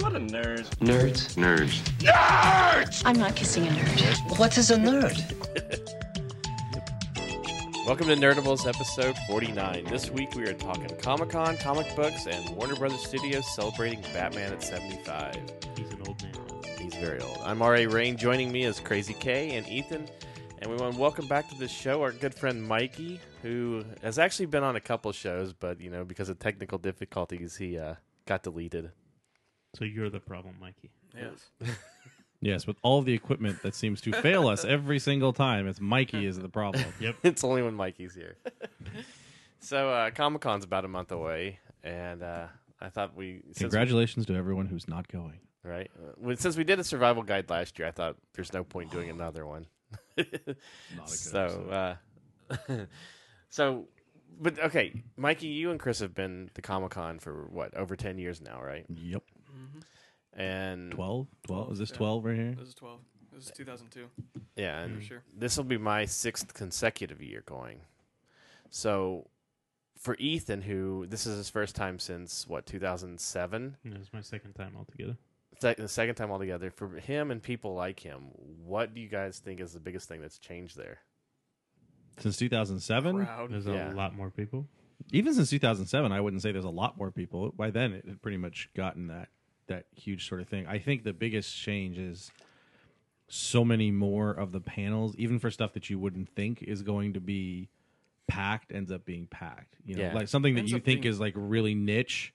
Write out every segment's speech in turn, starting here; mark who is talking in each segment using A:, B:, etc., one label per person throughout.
A: a nerd.
B: Nerds.
C: Nerds.
D: I'm not kissing a nerd.
B: What is a nerd?
A: Welcome to Nerdables episode 49. This week we are talking Comic Con, comic books, and Warner Brothers Studios celebrating Batman at 75.
E: He's an old man.
A: He's very old. I'm R.A. Rain. Joining me is Crazy K and Ethan. And we want to welcome back to the show our good friend Mikey, who has actually been on a couple shows, but you know because of technical difficulties, he uh, got deleted.
E: So you're the problem, Mikey.
A: Yes.
F: Yes, with all the equipment that seems to fail us every single time, it's Mikey is the problem.
A: it's only when Mikey's here. so uh, Comic Con's about a month away, and uh, I thought we since we-
F: Congratulations to everyone who's not going.
A: right? Uh, well, since we did a survival guide last year, I thought there's no point doing another one.
F: Not a good
A: so, uh, so, but okay, Mikey, you and Chris have been to Comic Con for what over ten years now, right?
F: Yep.
A: And
F: 12? 12? Is this
G: Yeah.
F: 12 right here?
G: Mm-hmm. This is 12. This is
F: Uh,
G: 2002.
A: yeah, and
G: For sure.
A: this will be my sixth consecutive year going. So, for Ethan, who this is his first time since what 2007,
E: It was my second time altogether.
A: sec- the second time altogether. For him and people like him, what do you guys think is the biggest thing that's changed there?
F: Since 2007?
G: Proud.
E: There's
A: Yeah.
E: a lot more people.
F: Even since 2007, I wouldn't say there's a lot more people. By then, it had pretty much gotten that, that huge sort of thing. I think the biggest change is so many more of the panels, even for stuff that you wouldn't think is going to be packed, ends up being packed. You know,
A: Yeah.
F: like something that
G: Ends
F: you
G: up
F: think
G: being-
F: is like really niche.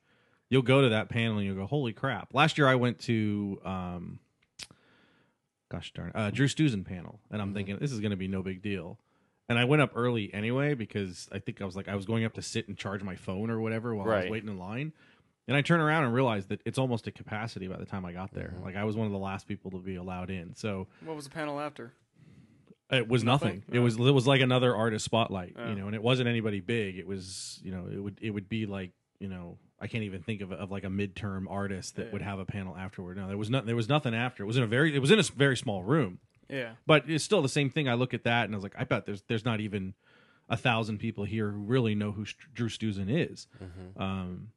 F: You'll go to that panel and you'll go, "Holy crap!" Last year I went to, um, gosh darn, uh, Drew Stuzen panel, and I'm thinking this is going to be no big deal. And I went up early anyway because I think I was like I was going up to sit and charge my phone or whatever while I
A: Right.
F: was waiting in line. And I turn around and realize that it's almost at capacity by the time I got
G: Mm-hmm.
F: there. Like I was one of the last people to be allowed in. So
G: What was the panel after?
F: it was nothing.
G: Nothing?
F: It was it was like another artist spotlight,
G: Yeah.
F: you know, and it wasn't anybody big. It was you know it would it would be like you know I can't even think of of like a midterm artist that
G: Yeah.
F: would have a panel afterward. No, there was not there was nothing after. It was in a very it was in a s- very small room,
G: Yeah.
F: but it's still the same thing. I look at that and I was like, I bet there's there's not even a thousand people here who really know who St- Drew Struzan is. Um,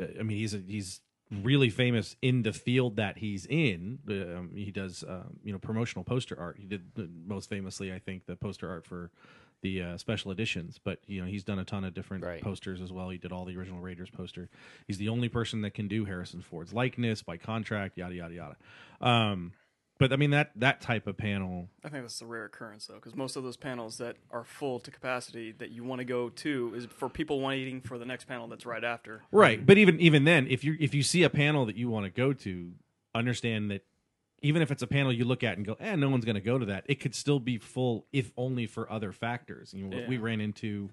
F: uh, I mean, he's a, he's really famous in the field that he's in. Um, he does um, you know promotional poster art. He did the, most famously, I think, the poster art for the uh, special editions. But you know, he's done a ton of different
A: Right.
F: posters as well. He did all the original Raiders poster. He's the only person that can do Harrison Ford's likeness by contract. Yada yada yada. Um, but I mean that that type of panel
G: I think that's a rare occurrence, though, because most of those panels that are full to capacity that you want to go to is for people waiting for the next panel that's right after.
F: Right, but even even then, if you if you see a panel that you want to go to, understand that even if it's a panel you look at and go, "eh, no one's going to go to that," it could still be full if only for other factors. You know, what we
G: Yeah.
F: ran into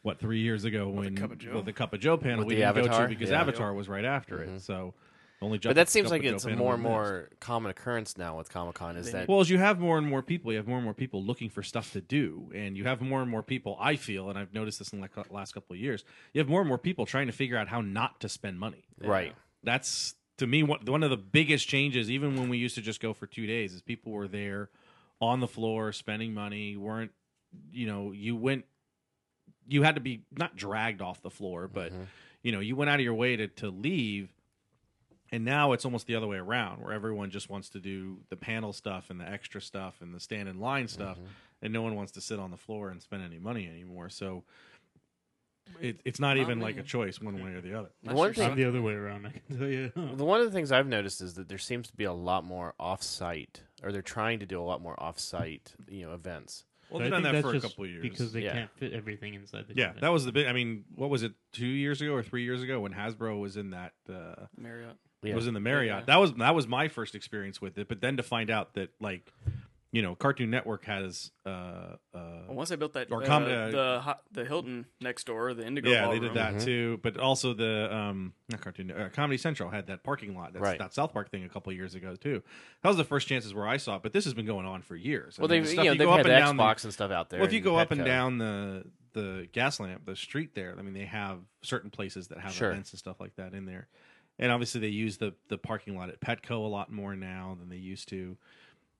F: what three years ago when
G: Cup of Joe?
F: well, the Cup of Joe panel
A: With
F: we
A: the
F: didn't go
A: Avatar?
F: to because
A: Yeah. Mm-hmm.
F: Avatar was right after it, so only.
A: but that seems
F: Cup
A: like
F: of Joe
A: it's a
F: panel
A: more
F: was
A: and
F: next.
A: more common occurrence now with Comic Con is that
F: Well, as you have more and more people, you have more and more people looking for stuff to do, and you have more and more people. I feel, and I've noticed this in the last couple of years, you have more and more people trying to figure out how not to spend money.
A: right?
F: That's to me one one of the biggest changes. Even when we used to just go for two days, is people were there on the floor spending money. weren't You know, you went, you had to be not dragged off the floor, but you know, you went out of your way to to leave. And now it's almost the other way around, where everyone just wants to do the panel stuff and the extra stuff and the stand in line stuff,
A: Mm-hmm.
F: and no one wants to sit on the floor and spend any money anymore. So it, it's not
G: Not
F: even
G: me.
F: like a choice one way or the other.
A: The one
G: year's
A: thing,
E: I'm the other way around, I can tell you.
A: the one of the things I've noticed is that there seems to be a lot more off-site, or they're trying to do a lot more off-site, you know, events.
E: But
F: Well,
E: I
F: they've done
E: think
F: that
E: that's
F: for a
E: just
F: couple of years
E: Because they
A: Yeah.
E: can't fit everything inside the
F: Yeah,
E: ship.
F: that was the big. I mean, what was it? Two years ago or three years ago when Hasbro was in that uh,
G: Marriott.
A: Yeah.
F: was in the Marriott.
G: Yeah.
F: That was that was my first experience with it. But then to find out that like, you know, Cartoon Network has uh, uh,
G: Well, once they built that,
F: Or
G: uh,
F: com- uh,
G: the hi- the Hilton next door, the Indigo.
F: yeah, they did
G: Ballroom.
F: that too. But also the um, not Cartoon uh, Comedy Central had that parking lot. That's,
A: Right.
F: That South Park thing a couple years ago too. That was the first chances where I saw it. But this has been going on for years. I
A: well,
F: mean,
A: they've
F: the
A: you
F: stuff
A: know
F: you
A: they've
F: go up
A: had the
F: and down the-
A: Xbox and stuff out there.
F: Well, if you
A: and
F: go up and
A: Petco.
F: down the the gas lamp, the street there, I mean, they have certain places that have
A: Sure.
F: events and stuff like that in there, and obviously they use the the parking lot at Petco a lot more now than they used to,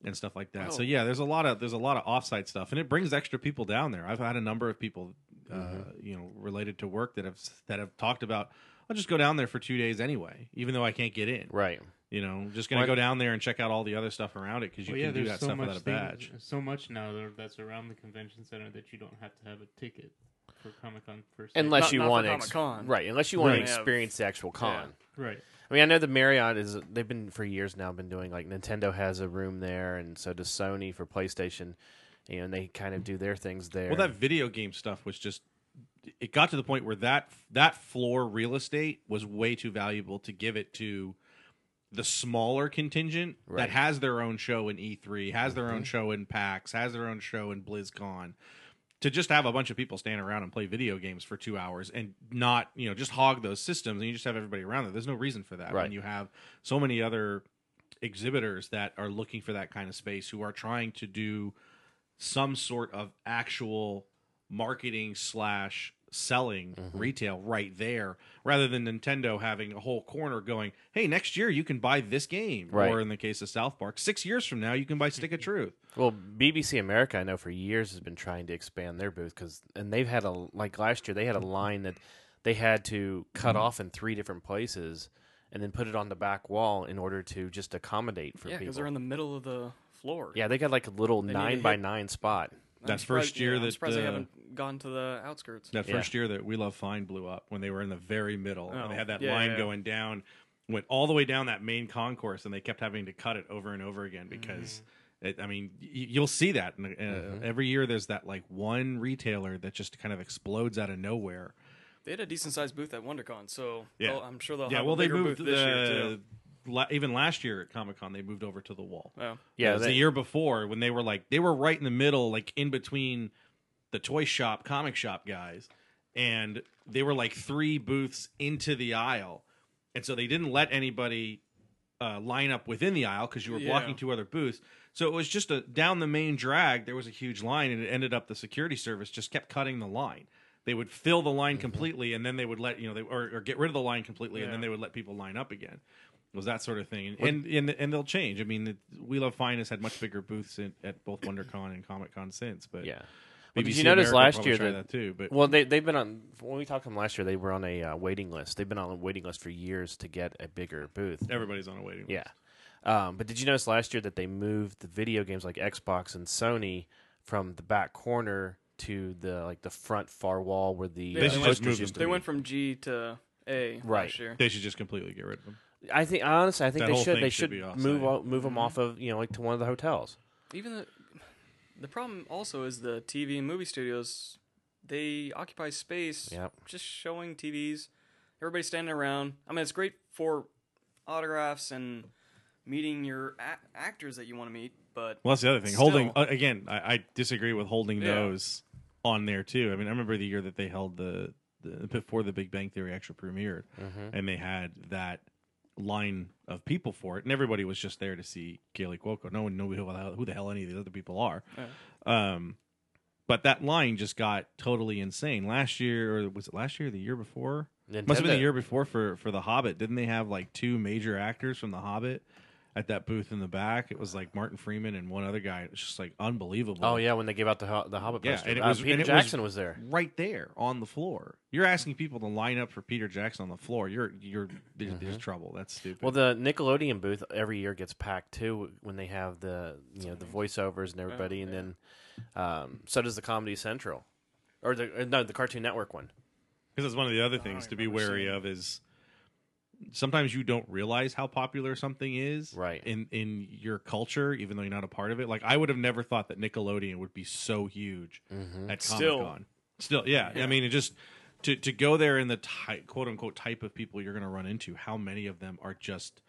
F: and stuff like that. So
G: Oh.
F: yeah, there's a lot of there's a lot of offsite stuff, and it brings extra people
A: Mm-hmm.
F: down there. I've had a number of people, uh, you know, related to work that have that have talked about. I'll just go down there for two days anyway, even though I can't get in.
A: Right.
F: You know, just gonna
A: Why-
F: go down there and check out all the other stuff around it because you
E: Well,
F: can do
E: there's
F: that stuff without a
E: thing-
F: badge.
E: so much now that- that's around the convention center that you don't have to have a ticket for Comic Con first.
A: Unless
G: Not-
A: you
G: not for
A: want to
G: Comic-Con.
A: right? Unless you want
G: Right.
A: to experience the actual con.
E: right,
A: I mean, I know the Marriott is they've been for years now been doing like Nintendo has a room there, and so does Sony for PlayStation, you know, and they kind of do their things there.
F: Well, that video game stuff was just it got to the point where that that floor real estate was way too valuable to give it to the smaller contingent
A: Right. Mm-hmm.
F: that has their own show in E3, has their own show in PAX, has their own show in BlizzCon. To just have a bunch of people stand around and play video games for two hours and not, you know, just hog those systems and you just have everybody around there. There's no reason for that
A: Right.
F: when you have so many other exhibitors that are looking for that kind of space who are trying to do some sort of actual marketing slash selling retail right there rather than Nintendo having a whole corner going, hey, next year you can buy this game.
A: Right.
F: Or in the case of South Park, six years from now you can buy Stick of Truth.
A: Well, BBC America, I know for years has been trying to expand their booth because, and they've had a like last year they had a line that they had to cut off in three different places and then put it on the back wall in order to just accommodate for
G: Yeah,
A: people.
G: because they're in the middle of the floor.
A: yeah, they got like a little
G: need to
A: nine by
G: hit-
A: nine spot.
G: I'm
F: That's
G: surprised-
F: first year
G: yeah, I'm
F: that,
G: surprised
F: uh,
G: they haven't gone to the outskirts.
F: That
A: Yeah.
F: first year that We Love Fine blew up when they were in the very middle
G: Oh,
F: and they had that
G: yeah,
F: line
G: yeah.
F: going down, went all the way down that main concourse, and they kept having to cut it over and over again because.
G: Mm-hmm.
F: It, I mean, y- you'll see that in, uh, every year. There's that like one retailer that just kind of explodes out of nowhere.
G: They had a decent sized booth at WonderCon, so
F: Yeah.
G: they'll- I'm sure they'll
F: yeah,
G: have
F: well,
G: a
F: they
G: bigger
F: moved
G: booth this year
F: the
G: too.
F: la- even last year at Comic Con they moved over to the wall.
G: Oh.
A: Yeah,
F: Whereas
A: they-
F: the year before when they were like they were right in the middle, like in between the toy shop, comic shop guys, and they were like three booths into the aisle, and so they didn't let anybody uh, line up within the aisle because you were
G: Yeah.
F: blocking two other booths. So it was just a down the main drag. There was a huge line, and it ended up the security service just kept cutting the line. They would fill the
G: Mm-hmm.
F: line completely, and then they would let you know they or, or get rid of the line completely, and then
G: Yeah.
F: they would let people line up again. It was that sort of thing, and and and, and they'll change. I mean, the, We Love Fine has had much bigger booths in, at both WonderCon and Comic Con since, but
A: yeah.
F: BBC
A: Well, did you notice
F: America
A: last
F: probably
A: year
F: tried
A: that
F: that too? But
A: Well, they they've been on when we talked to them last year. They were on a uh, waiting list. They've been on a waiting list for years to get a bigger booth.
F: everybody's on a waiting list.
A: Yeah. Um, but did you notice last year that they moved the video games like Xbox and Sony from the back corner to the like the front far wall where the
G: They
A: uh,
G: should just
A: posters
F: move them
A: used to
G: They
A: be.
G: went from G to A
A: Right.
G: last year.
F: They should just completely get rid of them.
A: I think honestly, I think
F: That
A: they
F: whole
A: should.
F: thing
A: They should
F: should be Mm-hmm. offsite.
A: move all, move them off of you know like to one of the hotels.
G: Even the the problem also is the TV and movie studios. They occupy space.
A: Yep.
G: Just showing TVs. Everybody standing around. I mean, it's great for autographs and meeting your a- actors that you want to meet, but
F: Well, that's the other thing.
G: Still.
F: Holding uh, again, I, I disagree with holding
G: Yeah.
F: those on there too. I mean, I remember the year that they held the, the before the Big Bang Theory actually premiered, and they had that line of people for it, and everybody was just there to see Kaylee Cuoco. No one knew who, the hell- who the hell any of these other people are. Um, but that line just got totally insane last year, or was it last year? Or the year before? Must have been
A: Nintendo.
F: the year before for for the Hobbit. Didn't they have like two major actors from the Hobbit at that booth in the back? It was like Martin Freeman and one other guy. It was just like unbelievable.
A: Oh yeah, when they gave out the ho- the Hobbit
F: Yeah,
A: poster.
F: and it
A: Uh,
F: was-
A: Peter
F: and it was-
A: Jackson was, there.
F: right there on the floor. You're asking people to line up for Peter Jackson on the floor. You're you're there's, there's
A: Mm-hmm.
F: trouble. That's stupid.
A: Well, the Nickelodeon booth every year gets packed too when they have the you know the voiceovers and
F: Oh,
A: everybody, and then um, so does the Comedy Central, or the uh, no the Cartoon Network one.
F: Because that's one of the other things to be wary of is sometimes you don't realize how popular something is
A: Right.
F: in in your culture, even though you're not a part of it. Like I would have never thought that Nickelodeon would be so huge
A: Mm-hmm.
F: at Comic
G: Still.
F: Con. Still, yeah. I mean, it just to to go there in the type, quote unquote type of people you're going to run into. How many of them are just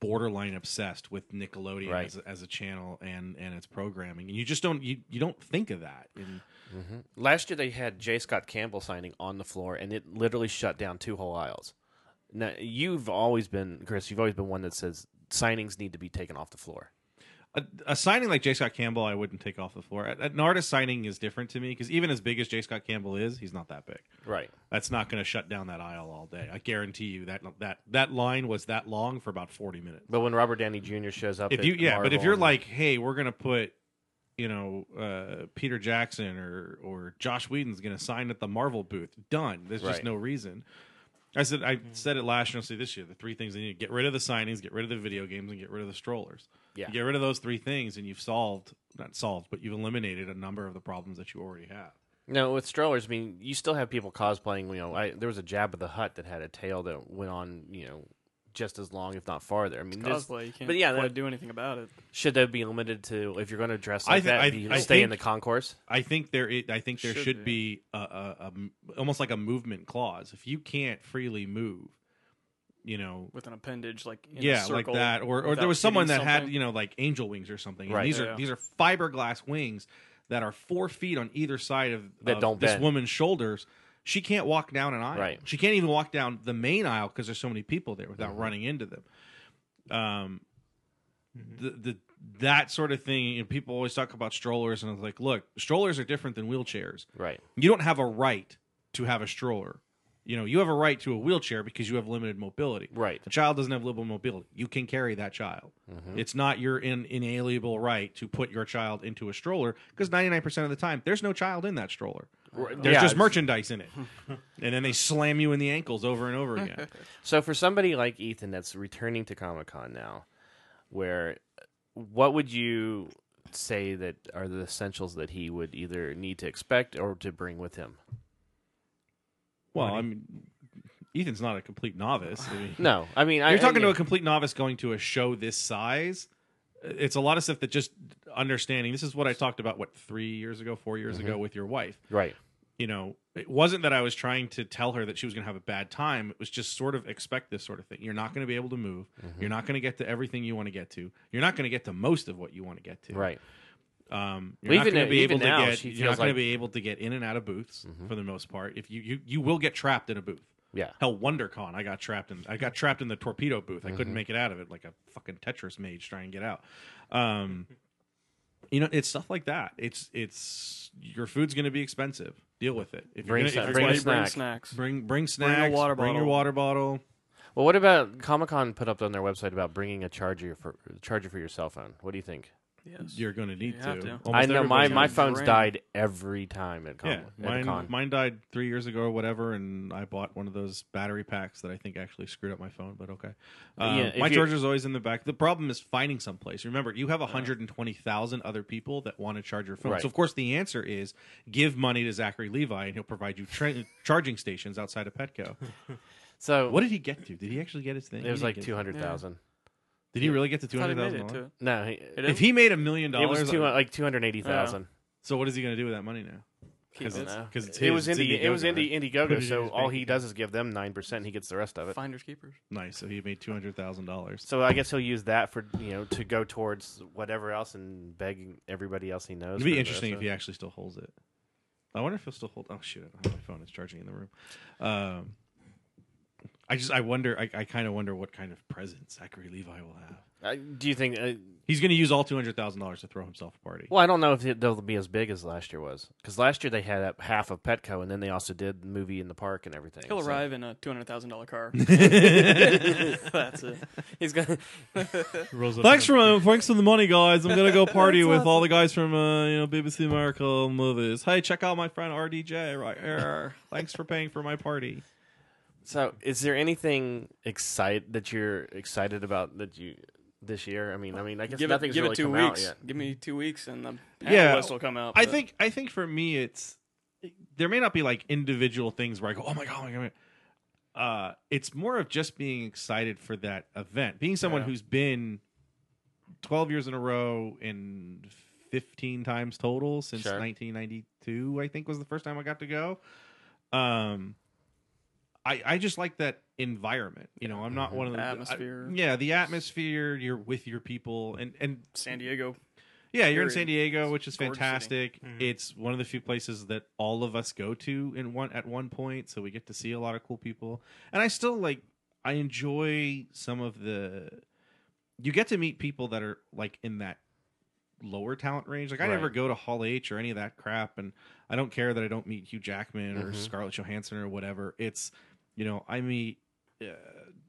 F: borderline obsessed with Nickelodeon
A: Right.
F: as, as a channel and and its programming, and you just don't you you don't think of that. in
A: Last year they had J. Scott Campbell signing on the floor, and it literally shut down two whole aisles. Now you've always been Chris. You've always been one that says signings need to be taken off the floor.
F: a, a signing like J. Scott Campbell, I wouldn't take off the floor. A- An artist signing is different to me because even as big as J. Scott Campbell is, he's not that big.
A: Right.
F: That's not going to shut down that aisle all day. I guarantee you that that that line was that long for about forty minutes.
A: But when Robert Downey Jr. shows up,
F: If
A: at
F: you yeah, but if
A: Marvel
F: you're
A: and-
F: like, hey, we're going to put you know uh, Peter Jackson or or Josh Whedon's going to sign at the Marvel booth, done. There's
A: Right.
F: just no reason. I said I said it last year. I'll say this year. The three things they need: get rid of the signings, get rid of the video games, and get rid of the strollers.
A: Yeah.
F: You get rid of those three things, and you've solved not solved, but you've eliminated a number of the problems that you already have.
A: No, with strollers, I mean, you still have people cosplaying. You know, I, there was a Jabba the Hut that had a tail that went on, you know, just as long, if not farther. I mean, there's-
G: Cosplay, you can't
A: but yeah,
G: quite
A: that-
G: do anything about it.
A: should that be limited to if you're going to dress
F: I
A: like
F: thi-
A: that?
F: I-
A: do you
F: I
A: stay in the
F: think-
A: concourse.
F: I think there. Is, I think there should,
G: Should
F: be, a, a, a m- almost like a movement clause. If you can't freely move, you know,
G: with an appendage like in
F: yeah,
G: a
F: like
G: circle
F: that, or or
G: without
F: there was someone that
G: hitting
F: had
G: something.
F: you know like angel wings or something. And
A: Right.
F: These
G: Yeah.
F: are these are fiberglass wings that are four feet on either side of,
A: That
F: of
A: don't
F: this
A: bend.
F: woman's shoulders. She can't walk down an aisle.
A: Right.
F: She can't even walk down the main aisle because there's so many people there without
G: Mm-hmm.
F: running into them. Um,
G: Mm-hmm.
F: the the that sort of thing. And people always talk about strollers, and I was like, look, strollers are different than wheelchairs
A: Right.
F: you don't have a right to have a stroller. You know, you have a right to a wheelchair because you have limited mobility.
A: Right.
F: A child doesn't have limited mobility. You can carry that child.
A: Mm-hmm.
F: It's not your in, inalienable right to put your child into a stroller because 99% of the time, there's no child in that stroller. There's
A: Yeah,
F: just
A: it's-
F: merchandise in it. and then they slam you in the ankles over and over again.
A: So for somebody like Ethan that's returning to Comic Con now, where what would you say that are the essentials that he would either need to expect or to bring with him?
F: well, I mean, Ethan's not a complete novice. I mean,
A: No, I mean I,
F: You're talking
A: I,
F: to a complete novice going to a show this size. It's a lot of stuff that just understanding. This is what I talked about, what, three years ago, four years
A: Mm-hmm.
F: ago with your wife.
A: right.
F: You know, it wasn't that I was trying to tell her that she was going to have a bad time. It was just sort of expect this sort of thing. You're not going to be able to move.
A: Mm-hmm.
F: You're not going to get to everything you want to get to. You're not going to get to most of what you want to get to.
A: Right.
F: Um, you're
A: Well,
F: not
A: even
F: going
A: now-
F: to be
A: even
F: able to
A: now,
F: get.
A: she
F: You're not
A: feels
F: going
A: like- Mm-hmm.
F: to be able to get in and out of booths for the most part. If you you you will get trapped in a booth.
A: Yeah.
F: Hell, WonderCon, I got trapped in. I got trapped in the torpedo booth. I
A: Mm-hmm.
F: couldn't make it out of it, like a fucking Tetris mage trying to get out. Um, you know, it's stuff like that. It's it's your food's going to be expensive. Deal with it. If
A: Bring
F: you're
A: some-
F: gonna, if
G: That's
A: bring
F: you're
G: why
A: a
G: you
F: gonna-
G: bring
A: snack.
G: snacks.
F: bring bring snacks. Bring,
G: water
F: your
G: bottle.
F: water bottle.
A: Well, what about Comic Con put up on their website about bringing a charger for charger for your cell phone? What do you think?
G: Yes.
F: You're going to need
G: You
F: to.
G: have to.
F: Almost
A: I know my
F: everybody's
A: my
F: gonna-
A: phone's
G: drain.
A: died every time at, com-
F: Yeah,
A: at a
F: mine,
A: con.
F: mine died three years ago or whatever, and I bought one of those battery packs that I think actually screwed up my phone, but okay. Um,
A: Yeah, if
F: my
A: you- Uh-huh.
F: charger's always in the back. The problem is finding someplace. Remember, you have 120,000 other people that want to charge your phone.
A: Right.
F: So, of course, the answer is give money to Zachary Levi, and he'll provide you tra- charging stations outside of Petco.
A: so
F: What did he get to? Did he actually get his thing?
A: it was
F: He
A: like
F: didn't
A: two
F: get his-
A: hundred thousand.
F: Did he really get to
G: I thought he made
F: 200,000?
G: it to
F: dollars?
G: it.
A: No, he- it,
F: If he made a million
A: was
F: dollars,
A: two,
F: I-
A: like two hundred eighty thousand.
F: so what is he going to do with that money now?
G: Keep
A: I
G: it.
A: don't know.
F: because it's
A: it
F: his,
A: was
F: it's
A: indie. It was
F: Indiegogo, right?
A: indie Indiegogo.
F: in
A: So
F: his
A: all
F: bank
A: he does is give them nine percent. He gets the rest of it.
G: Finders keepers.
F: Nice. So he made $200,000.
A: So I guess he'll use that for you know to go towards whatever else and beg everybody else he knows.
F: It'd be
A: for the
F: interesting if
A: rest
F: he
A: of-
F: actually still holds it. I wonder if he'll still hold. Oh shoot! I don't have my phone. It's charging in the room. Um, I just I wonder. I, I kind of wonder what kind of present Zachary Levi will have.
A: Uh, do you think? Uh,
F: He's going to use all two hundred thousand dollars to throw himself a party.
A: well, I don't know if it- they'll be as big as last year was because last year they had up half of Petco and then they also did the movie in the park and everything.
G: He'll
A: so-
G: arrive in a two hundred thousand dollar car. That's it.
A: He's gonna.
E: Rolls up
F: Thanks
E: in
F: for uh, thanks for the money, guys. I'm gonna go party with all the guys from uh, you know BBC America movies. Hey, check out my friend RDJ right here. Thanks for paying for my party.
A: So is there anything excite that you're excited about that you this year? I mean, I mean, I guess
G: Give it,
A: nothing's
G: give
A: really
G: it two
A: come
G: weeks.
A: out yet.
G: Give me two weeks, and the panel
F: Yeah.
G: list will come out.
F: I
G: but
F: think I think for me it's there may not be like individual things where I go, oh my god, oh my god. Uh, it's more of just being excited for that event. Being someone who's been twelve years in a row and fifteen times total since
A: Sure.
F: nineteen ninety two, I think was the first time I got to go. Um, I I just like that environment. You know, I'm not one of the I-
G: Mm-hmm. Atmosphere.
F: yeah, the atmosphere. You're with your people, and and
G: San Diego.
F: yeah, you're in
G: Period.
F: San Diego, which is
G: It's a gorgeous
F: fantastic.
E: city. Mhm.
F: It's one of the few places that all of us go to in one at one point, so we get to see a lot of cool people. And I still like I enjoy some of the you get to meet people that are like in that lower talent range. Like I
A: Right.
F: never go to Hall H or any of that crap and I don't care that I don't meet Hugh Jackman or
A: Mhm.
F: Scarlett Johansson or whatever. It's you know, I meet uh,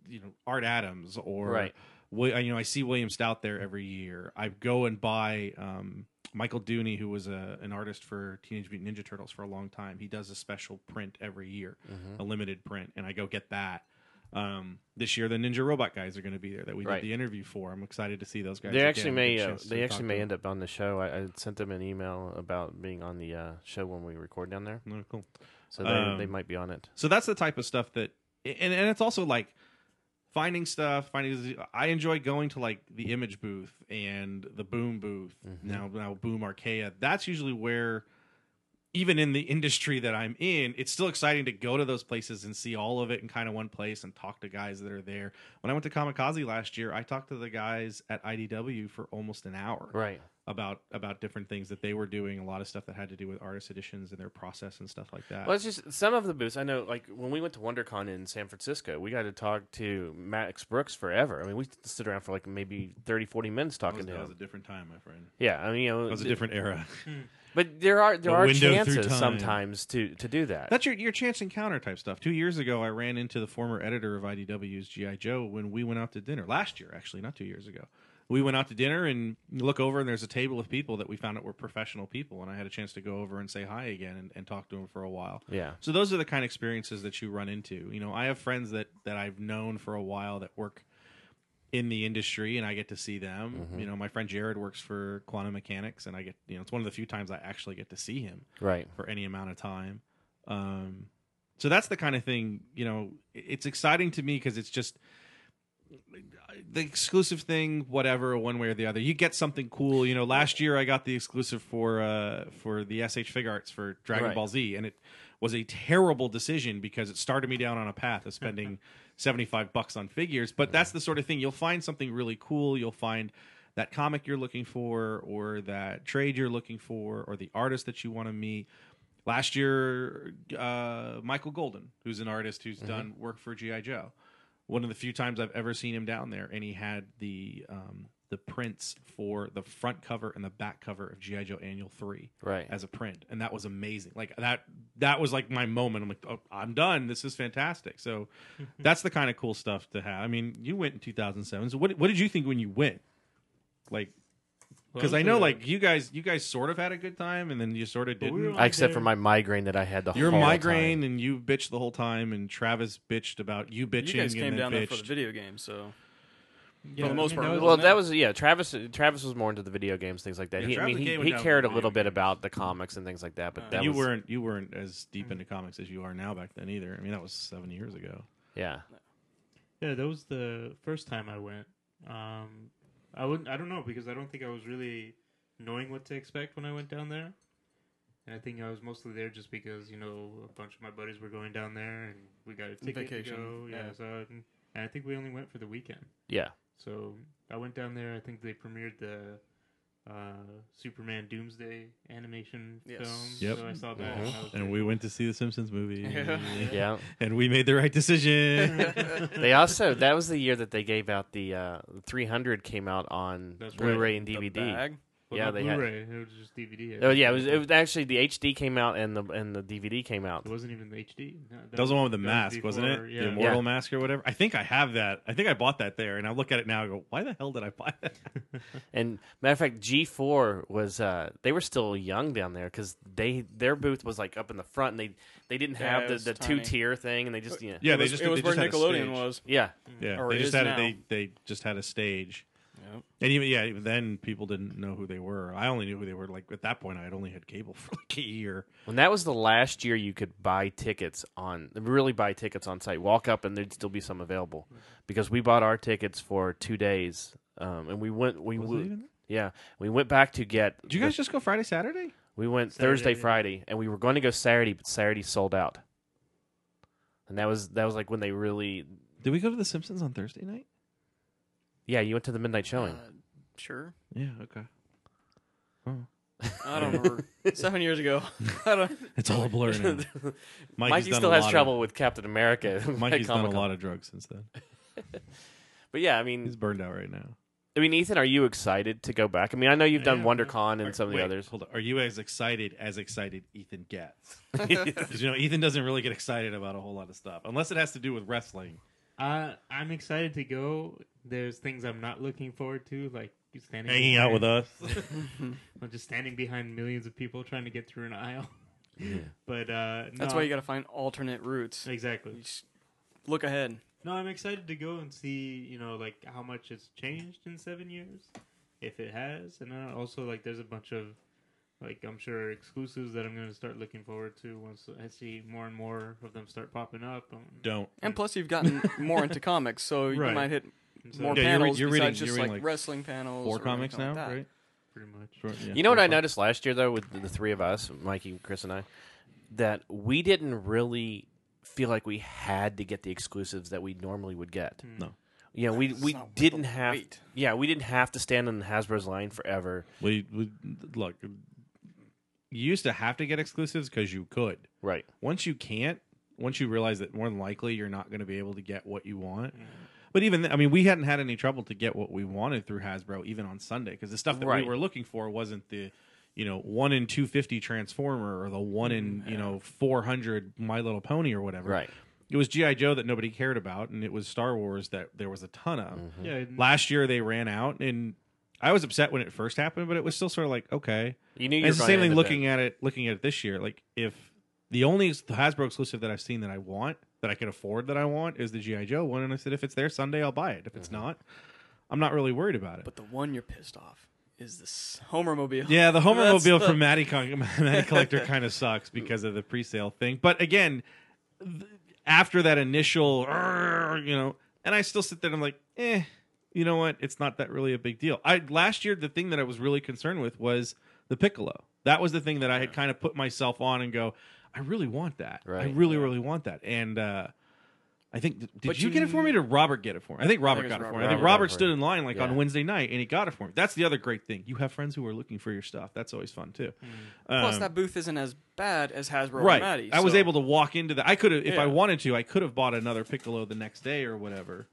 F: you know, Art Adams or
A: Right.
F: Wi- you know, I see William Stout there every year. I go and buy um, Michael Dooney, who was a, an artist for Teenage Mutant Ninja Turtles for a long time, he does a special print every year,
A: Mm-hmm.
F: a limited print, and I go get that. Um, this year, the Ninja Robot guys are going to be there that we
A: Right.
F: did the interview for. I'm excited to see those guys.
A: They actually
F: again,
A: may
F: get a
A: uh,
F: chance to
A: they
F: talk
A: actually
F: to
A: may
F: them.
A: end up on the show. I, I sent them an email about being on the uh, show when we record down there,
F: Oh, cool.
A: so they,
F: Um,
A: they might be on it.
F: So that's the type of stuff that, and, and it's also like finding stuff. Finding I enjoy going to like the image booth and the Boom booth now now Boom Archaea. That's usually where, even in the industry that I'm in, it's still exciting to go to those places and see all of it in kind of one place and talk to guys that are there. When I went to Kamikaze last year, I talked to the guys at IDW for almost an hour
A: Right.
F: about about different things that they were doing. A lot of stuff that had to do with artist editions and their process and stuff like that.
A: Well, it's just some of the booths. I know, like when we went to WonderCon in San Francisco, we got to talk to Max Brooks forever. I mean, we stood around for like maybe 30, 40 minutes
F: That
A: talking
F: was-
A: to
F: that was a
A: him.
F: different time, my friend.
A: Yeah, I mean, you know,
F: That was a
A: th-
F: different era.
A: But there are there
F: A
A: are
F: window through
A: chances
F: time.
A: sometimes to to do that.
F: That's your your chance encounter type stuff. Two years ago, I ran into the former editor of IDW's GI Joe when we went out to dinner last year. Actually, not two years ago, we went out to dinner and you look over and there's a table of people that we found out were professional people, and I had a chance to go over and say hi again and, and talk to them for a while.
A: yeah.
F: So those are the kind of experiences that you run into. You know, I have friends that that I've known for a while that work in the industry and I get to see them. You know, my friend Jared works for Quantum Mechanics and I get, you know, it's one of the few times I actually get to see him
A: Right.
F: for any amount of time. Um so that's the kind of thing, you know, it- it's exciting to me cuz it's just the exclusive thing, whatever, one way or the other. You get something cool. You know, last year I got the exclusive for uh for the SH Fig Arts for Dragon
A: Right.
F: Ball Z, and it was a terrible decision because it started me down on a path of spending seventy five bucks on figures. But that's the sort of thing you'll find something really cool. You'll find that comic you're looking for, or that trade you're looking for, or the artist that you want to meet. Last year, uh, Michael Golden, who's an artist who's done work for GI Joe, one of the few times I've ever seen him down there, and he had the um, the prints for the front cover and the back cover of GI Joe Annual Three
A: Right.
F: as a print, and that was amazing. Like that that was like my moment. I'm like, oh, I'm done. This is fantastic. So that's the kind of cool stuff to have. I mean, you went in 2007. So what what did you think when you went? Like, because I know like you guys you guys sort of had a good time, and then you sort of
E: But we were
F: didn't.
E: like-
A: I, except for my migraine that I had the
F: Your
A: whole
F: migraine
A: time.
F: and you bitched the whole time, and Travis bitched about you bitching.
G: You guys
F: and
G: came
F: then
G: down there for
F: bitched.
G: the video game, so
E: Yeah,
G: for the most
E: I mean, that
G: part.
E: was-
G: wasn't
A: Well,
G: it?
A: that was yeah. Travis Travis was more into the video games, things like that.
F: Yeah,
A: he, I
F: Travis
A: mean, he,
F: came
A: he
F: down
A: cared a
F: with
A: little
F: video
A: bit about the comics and things like that. But
G: And
A: that
F: And you
A: was,
F: weren't you weren't as deep into comics as you are now back then either. I mean, that was seven years ago.
A: yeah.
E: Yeah, that was the first time I went. Um, I wouldn't. I don't know because I don't think I was really knowing what to expect when I went down there. And I think I was mostly there just because you know a bunch of my buddies were going down there and we got a ticket
G: Vacation,
E: to go. Yeah,
G: yeah.
E: so I, and I think we only went for the weekend.
A: Yeah.
E: So I went down there. I think they premiered the uh, Superman Doomsday animation
G: Yes.
E: film.
F: Yep. Uh-huh.
E: So I saw that.
A: Mhm.
E: I was
F: And
E: like,
F: we went to see the Simpsons movie.
G: Yeah.
A: Yeah.
F: And we made the right decision.
A: they also that was the year that they gave out the uh, 300 came out on
E: That's right.
A: Blu-ray and
G: The
A: DVD.
G: bag.
E: Well,
A: Yeah,
E: not
A: they had-
E: Blu-ray. It was just DVD. I
A: Oh
E: think.
A: yeah, it was, it was actually the HD came out and the and the DVD came out.
E: It wasn't even the HD. No,
F: That was the one with the
E: that
F: mask, wasn't
E: before,
F: it?
E: Yeah.
F: The immortal mask or whatever. I think I have that. I think I bought that there, and I look at it now. and go, why the hell did I buy that?
A: And matter of fact, G4 was uh, they were still young down there because they their booth was like up in the front and they they didn't
G: Yeah,
A: have
G: it
A: the,
G: was
A: the
G: tiny.
A: two tier thing and they just yeah
F: Yeah,
G: it
F: they
G: was,
F: just
G: it was
F: they just
G: where
F: had a
G: Nickelodeon
F: stage.
G: was.
A: yeah
F: Yeah,
G: or
F: they
G: it
F: just
G: is
F: had
G: now.
F: they they just had a stage.
G: Yep.
F: And even yeah, even then people didn't know who they were. I only knew who they were. Like at that point, I had only had cable for like a year.
A: when that was the last year you could buy tickets on really buy tickets on site walk up and there'd still be some available because we bought our tickets for two days um, and we went we
F: Was it
A: wo-
F: even-
A: yeah we went back to get
F: Did you guys just go Friday, Saturday?
A: we went
E: Saturday,
A: Thursday
E: yeah.
A: Friday and we were going to go Saturday but Saturday sold out and that was that was like when they really
F: Did we go to the Simpsons on Thursday night?
A: yeah you went to the midnight showing.
G: Uh, sure.
F: Yeah. Okay.
G: I don't remember. Seven years ago. I don't.
F: It's all a blur now. Mikey's
A: Mikey
F: done
A: still
F: a
A: has
F: lot
A: trouble with Captain America.
F: Of, Mikey's done a
A: Comic-Con.
F: lot of drugs since then.
A: But yeah, I
F: He's
A: mean,
F: burned out right now.
A: I mean, Ethan, are you excited to go back? I mean, I know you've done
E: Yeah.
A: WonderCon and some of the
F: Wait,
A: others.
F: Hold on. Are you as excited as excited Ethan gets? Because you know Ethan doesn't really get excited about a whole lot of stuff unless it has to do with wrestling.
E: Uh, I'm excited to go. There's things I'm not looking forward to, like you standing
B: hanging out with us.
E: I'm just standing behind millions of people trying to get through an aisle. But uh,
G: That's
E: no,
G: why you got to find alternate routes.
E: exactly.
G: You just look ahead.
E: No, I'm excited to go and see, you know, like how much it's changed in seven years, if it has, and uh, also like there's a bunch of, like I'm sure exclusives that I'm going to start looking forward to once I see more and more of them start popping up. Um,
F: Don't.
G: And plus, you've gotten more into comics, so you
E: Right.
G: might hit
E: and so
G: more
F: Yeah, you're re-
G: panels
F: you're
G: besides
F: reading-
G: just
F: you're
G: like,
F: reading, like,
G: wrestling panels.
F: Four
G: or
F: comics
G: anything
F: now,
G: like that.
F: right?
E: pretty much.
F: Sure, yeah,
A: You know what
F: four
A: I
F: o'clock.
A: noticed last year though with the- the three of us, Mikey, Chris, and I, that we didn't really feel like we had to get the exclusives that we normally would get.
F: No.
A: You know, we we
G: Hmm. not worth the
A: didn't have
G: wait.
A: yeah we didn't have to stand on Hasbro's line forever.
F: We, we look. You used to have to get exclusives because you could.
A: Right.
F: Once you can't, once you realize that more than likely you're not going to be able to get what you want. But even th- I mean, we hadn't had any trouble to get what we wanted through Hasbro even on Sunday because the stuff that
A: Right.
F: we were looking for wasn't the you know one in two fifty Transformer or the one in you know four hundred My Little Pony or whatever.
A: Mm-hmm. Right.
F: It was GI Joe that nobody cared about, and it was Star Wars that there was a ton of
A: Mm-hmm.
E: Yeah, and-
F: Mm-hmm. last year they ran out and I was upset when it first happened, but it was still sort of like okay.
A: You knew you
F: And
A: were
F: it's the
A: gonna
F: same
A: end
F: thing
A: up
F: looking
A: there.
F: at it looking at it this year. Like if the only ex- Hasbro exclusive that I've seen that I want that I can afford that I want is the GI Joe one, and I said if it's there Sunday I'll buy it. If it's not, I'm not really worried about it.
G: But the one you're pissed off is this Homer mobile.
F: yeah, the Homer
G: That's
F: Mobile
G: the-
F: from Matty, Con- Matty Collector kind of sucks because of the pre-sale thing. But again, th- after that initial, "Arr," you know, and I still sit there and I'm like, eh, you know what? It's not that really a big deal. I last year the thing that I was really concerned with was the Piccolo. That was the thing that I had kind of put myself on and go, I really want that. I
A: Right.
F: really, really want that. And uh, I think did
G: But
F: you,
G: you-
F: get it for me? Or did Robert get it for me? I think Robert
G: it was
F: got it for
G: Robert.
F: me. I
A: Robert got
F: think
A: it
F: Robert
A: for
F: stood
A: you.
F: in line like on
A: Yeah.
F: Wednesday night and he got it for me. That's the other great thing. You have friends who are looking for your stuff. That's always fun too.
G: Mm. Plus,
F: Um,
G: that booth isn't as bad as Hasbro
F: right.
G: and Matty.
F: I was
G: so-
F: able to walk into that. I could have, if I
G: Yeah.
F: wanted to, I could have bought another Piccolo the next day or whatever.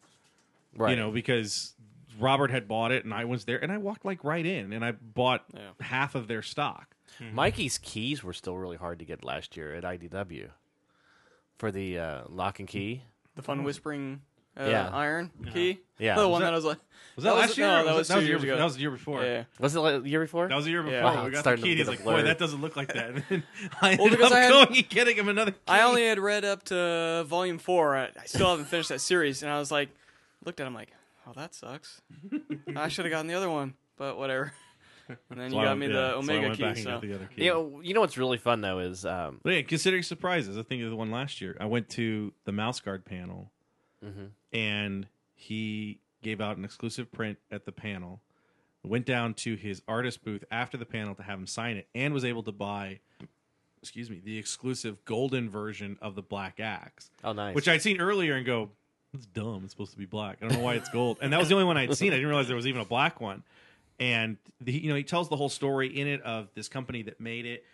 A: right.
F: You know, because Robert had bought it and I was there and I walked like right in and I bought
G: Yeah.
F: half of their stock.
A: Mikey's keys were still really hard to get last year at IDW for the uh, lock and key.
G: the fun whispering uh,
A: Yeah.
G: iron key.
A: Yeah.
G: The
A: Was
G: one
F: that-
G: that, I was like,
F: Was that, last year?
G: No,
F: or
G: that was
F: it- the
G: two
F: year
G: years
F: before-
G: ago.
F: That was the year before.
G: yeah.
A: Was it like the year before?
F: That was the year before.
A: Wow,
F: we
A: it's
F: got the
A: starting to
F: key. and He's
A: get a
F: like, boy,
A: blur.
F: that doesn't look like that. And then I ended
G: because
F: up
G: I had-
F: going and getting him another key.
G: I only had read up to volume four. I, I still haven't finished that series, and I was like, looked at him like, oh, that sucks. I should have gotten the other one, but whatever. And then
F: So
G: you
F: I
G: got
F: went-
G: me
F: yeah,
G: the
F: so I
G: Omega
F: went back
G: key.
F: and
G: So
F: got the other key.
A: You know, you know what's really fun though is um,
F: But yeah, considering surprises, I think of the one last year. I went to the Mouse Guard panel,
A: Mm-hmm.
F: and he gave out an exclusive print at the panel. Went down to his artist booth after the panel to have him sign it, and was able to buy, excuse me, the exclusive golden version of the Black Axe,
A: oh nice.
F: which I'd seen earlier and go, "It's dumb. It's supposed to be black. I don't know why it's gold." and that was the only one I'd seen. I didn't realize there was even a black one. And the, you know, he tells the whole story in it of this company that made it,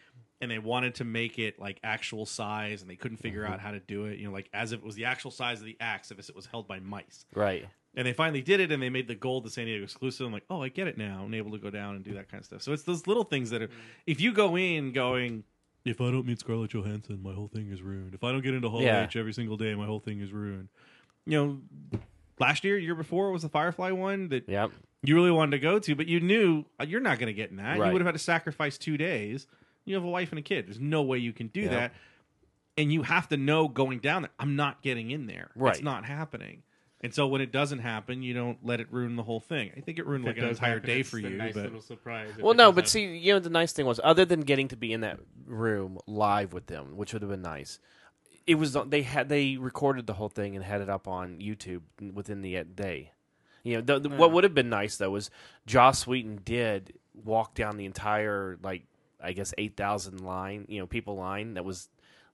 F: and they wanted to make it like actual size, and they couldn't figure out how to do it. You know, like as if it was the actual size of the axe, if it was held by mice.
A: right.
F: And they finally did it, and they made the gold the San Diego exclusive. I'm like, oh, I get it now. I'm able to go down and do that kind of stuff. So it's those little things that, are, if you go in going, if I don't meet Scarlett Johansson, my whole thing is ruined. If I don't get into Hall
A: Yeah.
F: H every single day, my whole thing is ruined. You know, last year, year before was the Firefly one that
A: Yep.
F: you really wanted to go to, but you knew uh, you're not going to get in that. You
A: Right.
F: would have had to sacrifice two days. You have a wife and a kid. There's no way you can do
A: Yep.
F: that. And you have to know going down there, I'm not getting in there. It's
A: Right.
F: not happening. And so when it doesn't happen, you don't let it ruin the whole thing. I think it ruined
E: if it
F: like an
E: does
F: entire
E: happen,
F: day
E: it's
F: for
E: a
F: you.
E: nice
F: but
E: little surprise. if
A: Well,
E: it
A: no,
E: does
A: but
E: happen.
A: see, you know, the nice thing was, other than getting to be in that room live with them, which would have been nice, it was they had they recorded the whole thing and had it up on YouTube within the uh, day. You know, the, the- what would have been nice though was Joss Wheaton did walk down the entire like I guess eight thousand line, you know, people line that was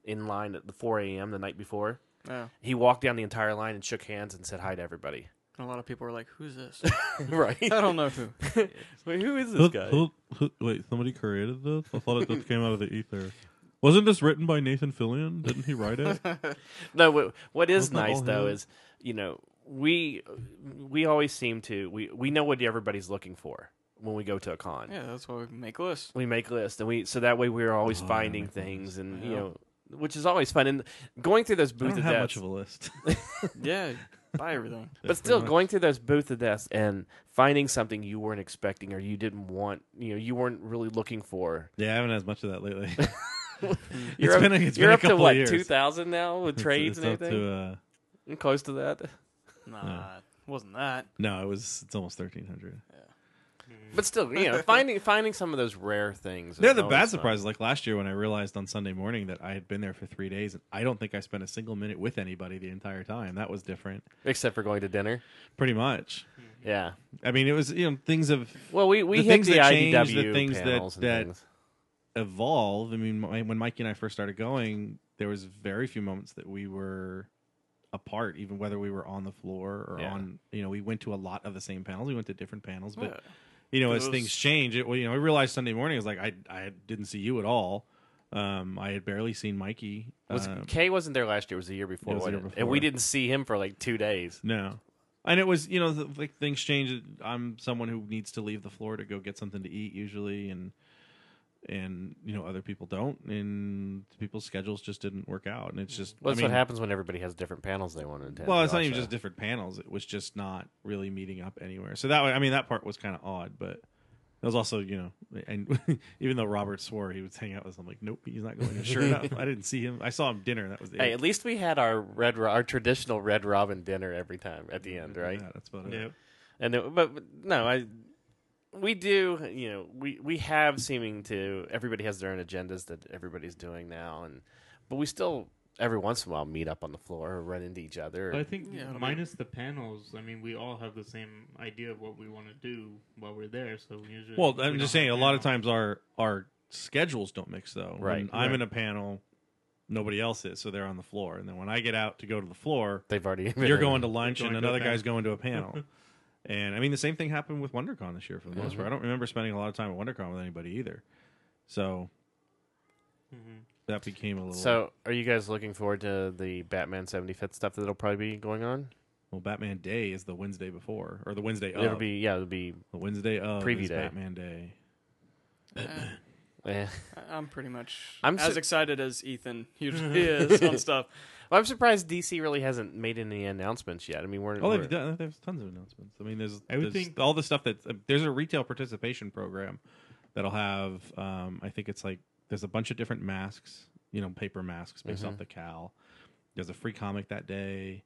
A: in line at the four a.m. the night before.
G: yeah.
A: He walked down the entire line and shook hands and said hi to everybody.
G: And a lot of people were like, who's this?
A: right?
G: I don't know who.
A: Wait, who is this guy?
B: wait, somebody created this? I thought it just came out of the ether. Wasn't this written by Nathan Fillion? Didn't he write it?
A: No, what, what is
B: Wasn't that
A: nice
B: all
A: though
B: him?
A: is you know we we always seem to we we know what everybody's looking for when we go to a con.
G: Yeah, that's why we make lists.
A: We make lists and we so that way we're always
F: Oh,
A: finding things and you know which is always fun and going through those
F: I
A: booth
F: don't have
A: at
F: much of a list.
G: Yeah. buy everything.
A: but still going through those booth of deaths and finding something you weren't expecting or you didn't want you know you weren't really looking for
F: Yeah, I haven't had as much of that lately.
A: you're up,
F: been a- it's been
A: you're
F: a
A: up to
F: couple of
A: what
F: years.
A: 2000 now with
F: It's-
A: trades
F: it's
A: and
F: up to,
A: everything
F: uh,
A: Mm, close to that
G: Nah, it wasn't that.
F: no, it was it's almost thirteen hundred.
A: but still you know finding finding some of those rare things
F: They're
A: is
F: the
A: always
F: bad
A: fun.
F: surprises. Like last year when I realized on Sunday morning that I had been there for three days, and I don't think I spent a single minute with anybody the entire time. That was different,
A: except for going to dinner
F: pretty much.
A: yeah
F: I mean, it was you know things have
A: well we we
F: The
A: hit
F: things
A: the
F: that change,
A: IDW
F: the things that-
A: panels and
F: that-
A: things.
F: evolve. I mean, my, when Mikey and I first started going, there was very few moments that we were apart, even whether we were on the floor or
A: Yeah.
F: on. You know, we went to a lot of the same panels. We went to different panels, but
G: Yeah.
F: you know,
G: It
F: as
G: was-
F: things change, it well, you know, I realized Sunday morning I was like, I I didn't see you at all. Um, I had barely seen Mikey.
A: Was,
F: um,
A: Kay wasn't there last year. It was the year before,
F: it was the
A: wasn't
F: year
A: it? and we
F: before.
A: didn't see him for like two days.
F: No. And it was, you know, th- like things change. I'm someone who needs to leave the floor to go get something to eat usually, and and you know other people don't, and people's schedules just didn't work out, and it's
G: Mm.
F: just
A: Well,
F: I
A: that's
F: mean,
A: what happens when everybody has different panels they want to attend.
F: Well,
A: to
F: it's not
A: watch,
F: even
A: so.
F: just different panels. It was just not really meeting up anywhere. So that way, I mean, that part was kind of odd, but it was also, you know, and even though Robert swore he would hang out with us, I'm like, nope, he's not going. to Sure enough, I didn't see him. I saw him dinner. That was the
A: Hey, at least we had our red, Ro- our traditional Red Robin dinner every time at the end, right?
F: Yeah, that's about it.
E: Yep.
A: And it, but, but no, I we do. You know, we we have seeming to everybody has their own agendas that everybody's doing now, and but we still every once in a while meet up on the floor or run into each other.
E: But I think
G: Yeah, I mean-
E: minus the panels, I mean, we all have the same idea of what we want to do while we're there. So we usually,
F: Well,
E: we
F: I'm
E: don't
F: just
E: have
F: saying, a lot of
E: panels.
F: times our our schedules don't mix though.
A: Right.
F: When I'm
E: Right.
F: in a panel, nobody else is, so they're on the floor, and then when I get out to go to the floor,
A: They've already
F: you're going to lunch,
E: Going
F: and
E: to a
F: another
E: panel.
F: guy's going to a panel. and I mean, the same thing happened with WonderCon this year for the most part. I don't remember spending a lot of time at WonderCon with anybody either, so
E: Mm-hmm,
F: that became a little.
A: So, are you guys looking forward to the Batman 75th stuff that'll probably be going on?
F: well, Batman Day is the Wednesday before, or the Wednesday of.
A: It'll be yeah, it'll be.
F: the Wednesday of
A: preview
F: is
A: day.
F: Batman Day.
A: eh.
G: I- I'm pretty much
A: I'm
G: as
A: su-
G: excited as Ethan usually is on stuff.
A: Well, I'm surprised DC really hasn't made any announcements yet. I mean, we're,
F: Oh,
A: we're-
F: they've done. There's tons of announcements. I mean, there's,
E: I would
F: there's
E: think-
F: all the stuff that uh, there's a retail participation program that'll have. Um, I think it's like there's a bunch of different masks, you know, paper masks based
A: Mm-hmm.
F: off the cowl. There's a free comic that day.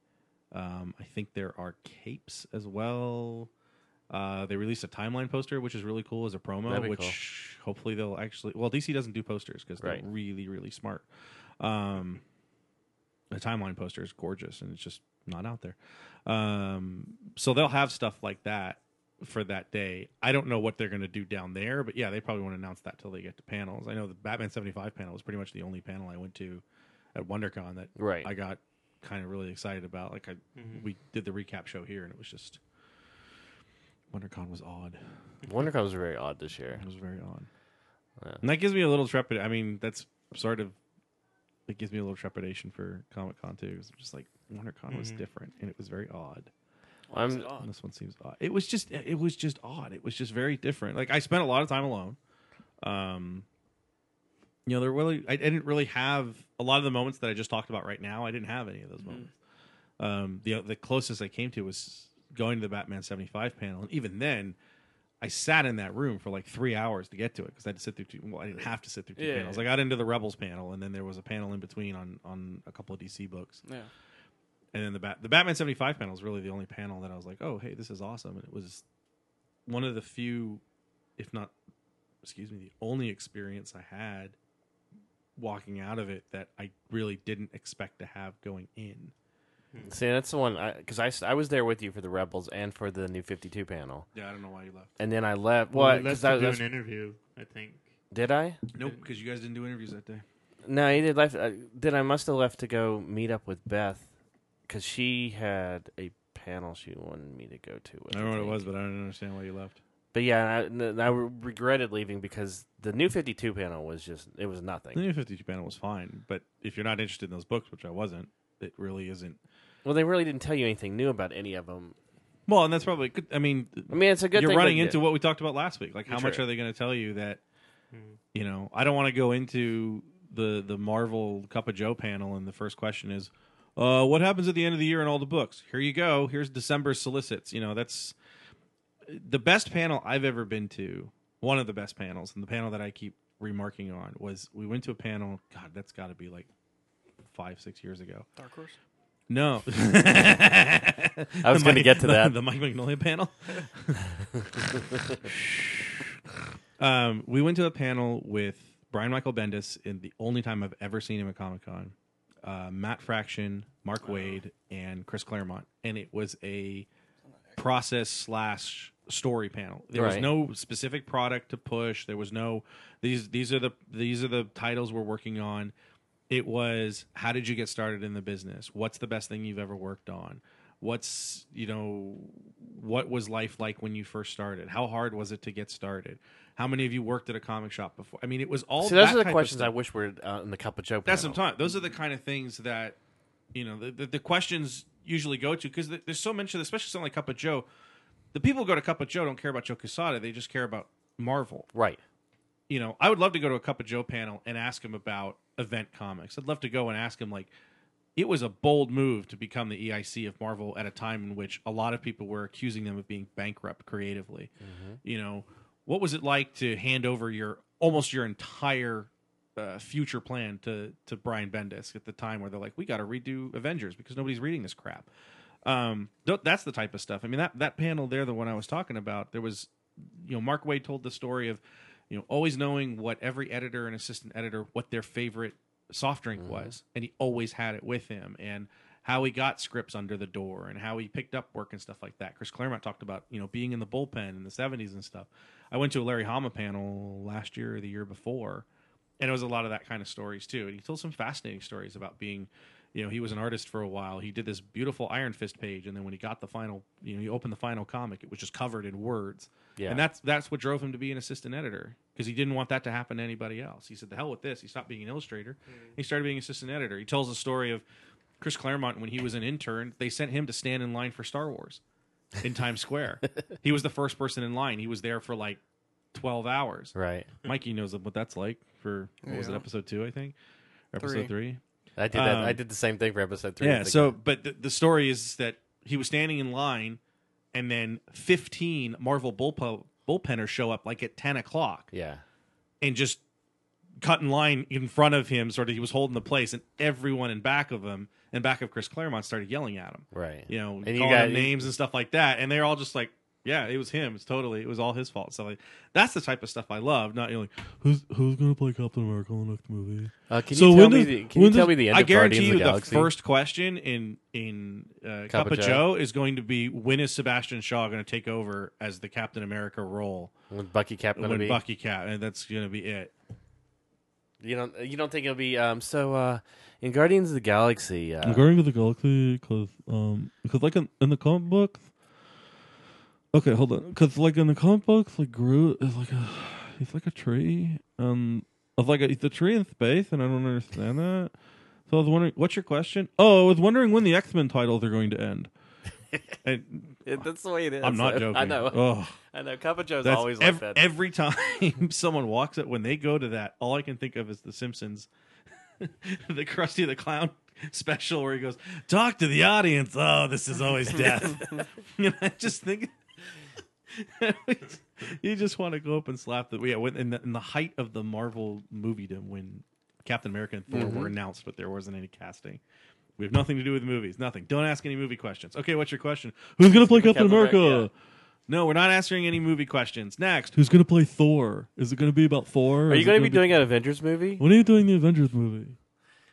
F: Um, I think there are capes as well. Uh, they released a timeline poster, which is really cool as a promo.
A: That'd be
F: Which hopefully they'll actually. Well, DC doesn't do posters because
A: Right.
F: they're really, really smart. Um, the timeline poster is gorgeous, and it's just not out there. Um, so they'll have stuff like that for that day. I don't know what they're going to do down there, but yeah, they probably won't announce that till they get to panels. I know the Batman 75 panel was pretty much the only panel I went to at WonderCon that
A: Right.
F: I got kind of really excited about. Like I,
E: mm-hmm.
F: we did the recap show here, and it was just WonderCon was odd.
A: WonderCon was very odd this year.
F: It was very odd,
A: Yeah.
F: and that gives me a little trepid. I mean, that's sort of it gives me a little trepidation for Comic Con too. 'cause I'm just like WonderCon was different, and it was very odd.
A: I'm,
F: And this one seems odd. It was just it was just odd. It was just very different. Like I spent a lot of time alone. Um you know, there really I didn't really have a lot of the moments that I just talked about right now. I didn't have any of those
G: Mm-hmm.
F: moments. Um the the closest I came to was going to the Batman 75 panel and even then I sat in that room for like three hours to get to it because I had to sit through two. Well, I didn't have to sit through two
G: Yeah.
F: panels. I got into the Rebels panel, and then there was a panel in between on on a couple of DC books
G: Yeah,
F: and then the Bat- the Batman 75 panel is really the only panel that I was like, "Oh, hey, this is awesome." And it was one of the few if not excuse me, the only experience I had walking out of it that I really didn't expect to have going in.
A: see, that's the one because I, s- I was there with you for the Rebels and for the New Fifty Two panel,
F: Yeah, I don't know why you left.
A: and then I left.
E: Well,
A: What?
E: we left
A: 'cause I-
E: to do
A: that's-
E: an interview, I think.
A: did I?
F: Nope, because you guys didn't do interviews that day.
A: No, he did. Left. I, then I must have left to go meet up with Beth because she had a panel she wanted me to go to. With,
F: I don't know what it
A: think.
F: was, but I don't understand why you left.
A: But yeah, and I, and I regretted leaving because the New Fifty Two panel was just it was nothing.
F: The New 52 panel was fine, but if you're not interested in those books, which I wasn't, it really isn't.
A: Well, they really didn't tell you anything new about any of them.
F: Well, and that's probably good. I mean,
A: I mean, it's a good.
F: you're
A: thing,
F: running
A: but-
F: into what we talked about last week. Like, how much
A: Sure.
F: are they going to tell you that? You know, I don't want to go into the the Marvel Cup of Joe panel, and the first question is, Uh, what happens at the end of the year in all the books? Here you go. Here's December solicits. You know, that's the best panel I've ever been to. One of the best panels, and the panel that I keep remarking on was we went to a panel. God, that's got to be like five, six years ago.
G: Dark Horse.
F: No. I
A: was gonna get to that.
F: The, Mike Magnolia panel. um, we went to a panel with Brian Michael Bendis, in the only time I've ever seen him at Comic Con, uh, Matt Fraction, Mark Wade, and Chris Claremont, and it was a process slash story panel. There was
A: Right.
F: no specific product to push. There was no these these are the these are the titles we're working on. It was how did you get started in the business? What's the best thing you've ever worked on? What's you know what was life like when you first started? How hard was it to get started? How many of you worked at a comic shop before? I mean, it was all.
A: See, those
F: that
A: are
F: type
A: the
F: of
A: questions
F: stuff.
A: I wish were uh, in the cup of Joe.
F: That's
A: panel.
F: what I'm talking. Those are the kind of things that you know the the, the questions usually go to because there's so much, of- especially something like Cup of Joe. The people who go to Cup of Joe don't care about Joe Quesada; they just care about Marvel.
A: Right.
F: You know, I would love to go to a Cup of Joe panel and ask him about event comics. I'd love to go and ask him like, it was a bold move to become the EIC of Marvel at a time in which a lot of people were accusing them of being bankrupt creatively. You know, what was it like to hand over your almost your entire uh, future plan to to Brian Bendis at the time where they're like, we got to redo Avengers because nobody's reading this crap. Um, th- that's the type of stuff. I mean that that panel there, the one I was talking about, there was, you know, Mark Wade told the story of, you know, always knowing what every editor and assistant editor what their favorite soft drink was, and he always had it with him, and how he got scripts under the door and how he picked up work and stuff like that. Chris Claremont talked about you know being in the bullpen in the '70s and stuff. I went to a Larry Hama panel last year or the year before, and it was a lot of that kind of stories too. And he told some fascinating stories about being, you know, he was an artist for a while. He did this beautiful Iron Fist page, and then when he got the final, you know, he opened the final comic, it was just covered in words.
A: Yeah.
F: And that's that's what drove him to be an assistant editor because he didn't want that to happen to anybody else. He said, "The hell with this." He stopped being an illustrator.
G: Mm.
F: He started being assistant editor. He tells a story of Chris Claremont when he was an intern. They sent him to stand in line for Star Wars in Times Square. he was the first person in line. He was there for like twelve hours.
A: Right.
F: Mikey knows what that's like for what was it
G: Yeah.
F: episode two I think or
G: Three.
F: episode three.
A: I did that. I
F: Um,
A: did the same thing for episode three.
F: Yeah.
A: It's like-
F: So, but the, the story is that he was standing in line, and then fifteen Marvel bullpen bullpenners show up like at ten o'clock
A: yeah.
F: and just cut in line in front of him. Sort of, he was holding the place, and everyone in back of him and back of Chris Claremont started yelling at him.
A: Right.
F: You know,
A: you
F: calling
A: got-
F: him names and stuff like that, and they're all just like. Yeah, it was him. It's totally it was all his fault. So like that's the type of stuff I love. Not you know, like
B: Who's who's gonna play Captain America in the next movie?
A: Uh, can
B: So
A: you tell
B: when
A: me?
B: does-
A: The, can you
B: when
A: tell
B: does-
A: me the end
F: I
A: of Guardians
F: guarantee
A: of
F: you
A: the
F: the
A: Galaxy?
F: first question in in uh, Cup,
A: of
F: of
A: Joe.
F: Joe. is going to be when is Sebastian Shaw going to take over as the Captain America role
A: when Bucky Cap going to
F: when
A: be?
F: Bucky Cap, and that's going to be it.
A: You don't. You don't think it'll be? Um. So, uh, in Guardians of the Galaxy, uh,
B: I'm going to the Galaxy because um because like in, in the comic books. Okay, hold on. Because like in the comic books, like Groot is like a he's like a tree um of like a, he's a tree in space, and I don't understand that. So I was wondering, what's your question? Oh, I was wondering when the X Men titles are going to end. And
G: It- that's the way it is.
F: I'm not joking.
G: I know.
B: oh,
G: I know. Cup of Joe's
F: That's
G: always
F: ev-
G: like that.
F: every time someone walks it when they go to that. All I can think of is The Simpsons, the Krusty the Clown special where he goes, "Talk to the audience." Oh, this is always death. and I just think you just want to go up and slap the yeah. When, in, the, in the height of the Marvel moviedom, when Captain America and Thor
G: Mm-hmm.
F: were announced, but there wasn't any casting. We have nothing to do with movies. Nothing. Don't ask any movie questions. Okay, what's your question?
B: who's gonna play Captain
G: Captain America,
B: America?
F: No, we're not answering any movie questions. Next.
B: Who's gonna play Thor? Is it gonna be about Thor?
A: are you going to be doing an Avengers movie?
B: When are you doing the Avengers movie?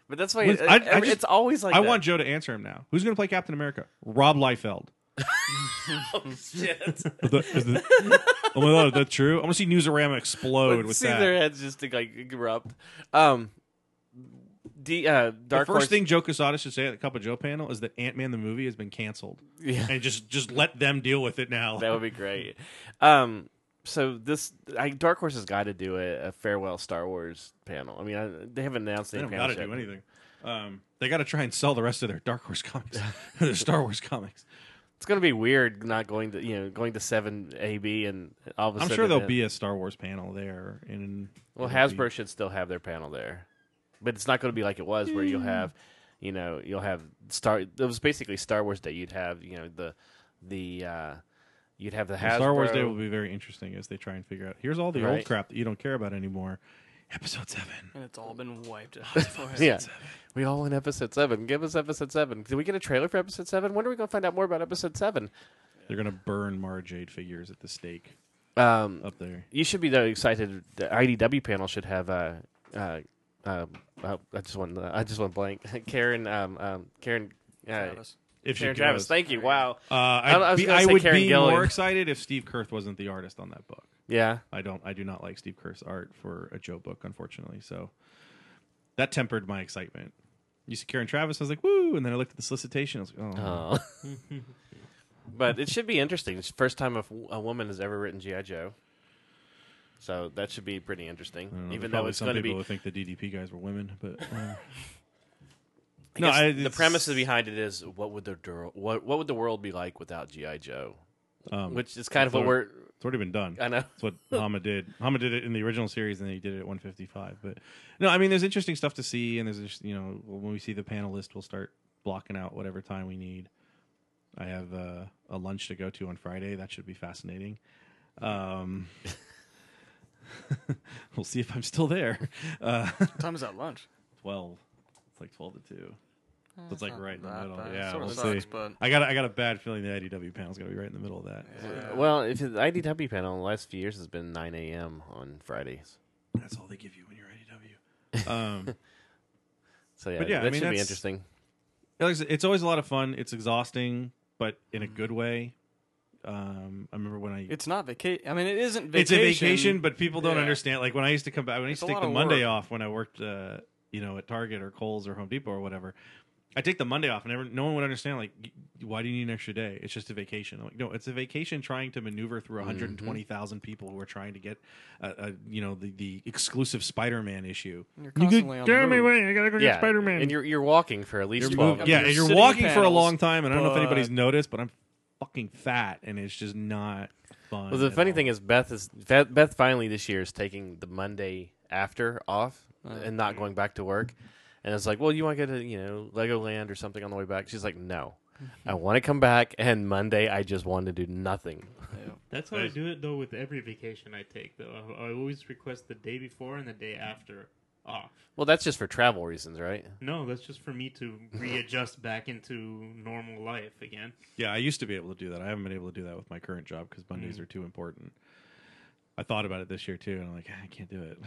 G: but that's why
F: What-
G: it,
F: I- I
G: Uh, every-
F: just-
G: it's always like
F: I
G: that.
F: want Joe to answer him now. Who's going to play Captain America? Rob Liefeld.
B: Is that- is it-
F: Oh my god, is that true? I want to see Newsarama explode
G: Let's
F: with
G: see
F: that.
G: their heads just to, like erupt. Um, D, uh,
F: The
G: Dark
F: first
G: Horse,
F: thing Joe Quesada should say at the Cup of Joe panel is that Ant Man the movie has been canceled,
G: Yeah,
F: and just just let them deal with it now.
G: that would be great. Um, so this I, Dark Horse has got to do a, a farewell Star Wars panel. I mean, I, they haven't announced
F: they
G: any
F: don't got
G: panels
F: to do
G: yet.
F: anything. Um, they got to try and sell the rest of their Dark Horse comics, their Star Wars comics.
G: It's gonna be weird not going to you know going to seven AB and all of a
F: I'm
G: sudden
F: sure there'll
G: it-
F: be a Star Wars panel there. And
G: Well,
F: it'll be-
G: Hasbro should still have their panel there, but it's not going to be like it was, where you'll have
A: you know you'll have star. It was basically Star Wars Day. You'd have you know the the uh, you'd have the Hasbro.
F: Star Wars Day will be very interesting as they try and figure out. Here's all the old
A: Right.
F: crap that you don't care about anymore. Episode seven.
G: and it's all been wiped out. of our
A: yeah.
G: heads.
A: We all in episode seven. Give us episode seven. Did we get a trailer for episode seven? When are we going to find out more about episode seven?
F: They're gonna burn Mara Jade figures at the stake
A: Um,
F: up there.
A: You should be though excited. The IDW panel should have. Uh, uh, uh, uh, I just want. I just want blank. Karen. Um, um, Karen. Uh,
G: Travis.
F: If
A: Karen Travis. Thank you. Wow.
F: Uh, I'd
A: I was
F: be,
A: gonna
F: I
A: say
F: would
A: Karen
F: be
A: Gillan.
F: more excited if Steve Kurth wasn't the artist on that book.
A: Yeah.
F: I don't. I do not like Steve Kerr's art for a Joe book, unfortunately. So that tempered my excitement. You see Karen Travis, I was like, "Woo!" And then I looked at the solicitation. I was like, "Oh,
A: Oh. but it should be interesting. It's the first time a, f- a woman has ever written GI Joe. So that should be pretty interesting.
F: I don't know.
A: Even
F: Mm, There's
A: though
F: probably
A: it's
F: some
A: going to
F: people
A: be
F: who think the DDP guys were women, but uh,
A: I
F: No,
A: guess
F: I-
A: the
F: it's-
A: premise behind it is what would the dur- what what would the world be like without GI Joe?
F: um,
A: Which is kind of what
F: so-
A: we're.
F: it's already been done.
A: I know.
F: That's what Hama did. Hama did it in the original series, and then he did it at 155. But no, I mean, there's interesting stuff to see, and there's just, you know, when we see the panelist, we'll start blocking out whatever time we need. I have uh, a lunch to go to on Friday. That should be fascinating. Um, we'll see if I'm still there. Uh,
G: What time is that lunch?
F: 12. It's like 12 to 2. So it's like
G: not
F: right in the
G: that
F: middle.
G: bad.
F: Yeah,
G: Sorta
F: we'll
G: sucks,
F: see.
G: but-
F: I got a- I got a bad feeling the IDW panel's going to be right in the middle of that.
A: Well, if the IDW panel in the last few years has been 9 a.m. on Fridays.
F: That's all they give you when you're IDW. Um,
A: So yeah,
F: But yeah, I
A: that
F: mean,
A: should be
F: that's-
A: interesting.
F: Like I said, it's always a lot of fun. It's exhausting, but in a good way. Um, I remember when I
G: It's not vacation. I mean, it isn't
F: it's
G: vacation.
F: a vacation, but people don't
G: Yeah.
F: understand. Like when I used to come back, when I used to
G: It's a
F: take
G: lot
F: the
G: of
F: Monday
G: work.
F: off when I worked, uh, you know, at Target or Kohl's or Home Depot or whatever. I take the Monday off, and everyone, no one would understand. Like, y- why do you need an extra day? It's just a vacation. I'm like, no, it's a vacation trying to maneuver through
G: Mm-hmm.
F: 120,000 people who are trying to get, uh, uh, you know, the, the exclusive Spider-Man issue.
G: And You're constantly on the move.
F: away! I gotta go
A: yeah, and you're you're walking for at least
F: You're
A: 12.
F: moving- yeah,
G: you're
F: and you're
G: sitting
F: walking for a
G: panels,
F: long time, and I don't know if
G: but-
F: anybody's noticed, but I'm fucking fat, and it's just not fun.
A: Well, the
F: at
A: funny
F: all.
A: thing is Beth is Beth, Beth finally this year is taking the Monday after off and not going back to work. And it's like, well, you want to go to you know Legoland or something on the way back? She's like, no, I want to come back. And Monday, I just want to do nothing.
E: That's how I do it though with every vacation I take though. I, I always request the day before and the day after off.
A: Well, that's just for travel reasons, right?
E: No, that's just for me to readjust back into normal life again.
F: yeah, I used to be able to do that. I haven't been able to do that with my current job because
A: Mm.
F: Mondays are too important. I thought about it this year too, and I'm like, "Ah, I can't do it.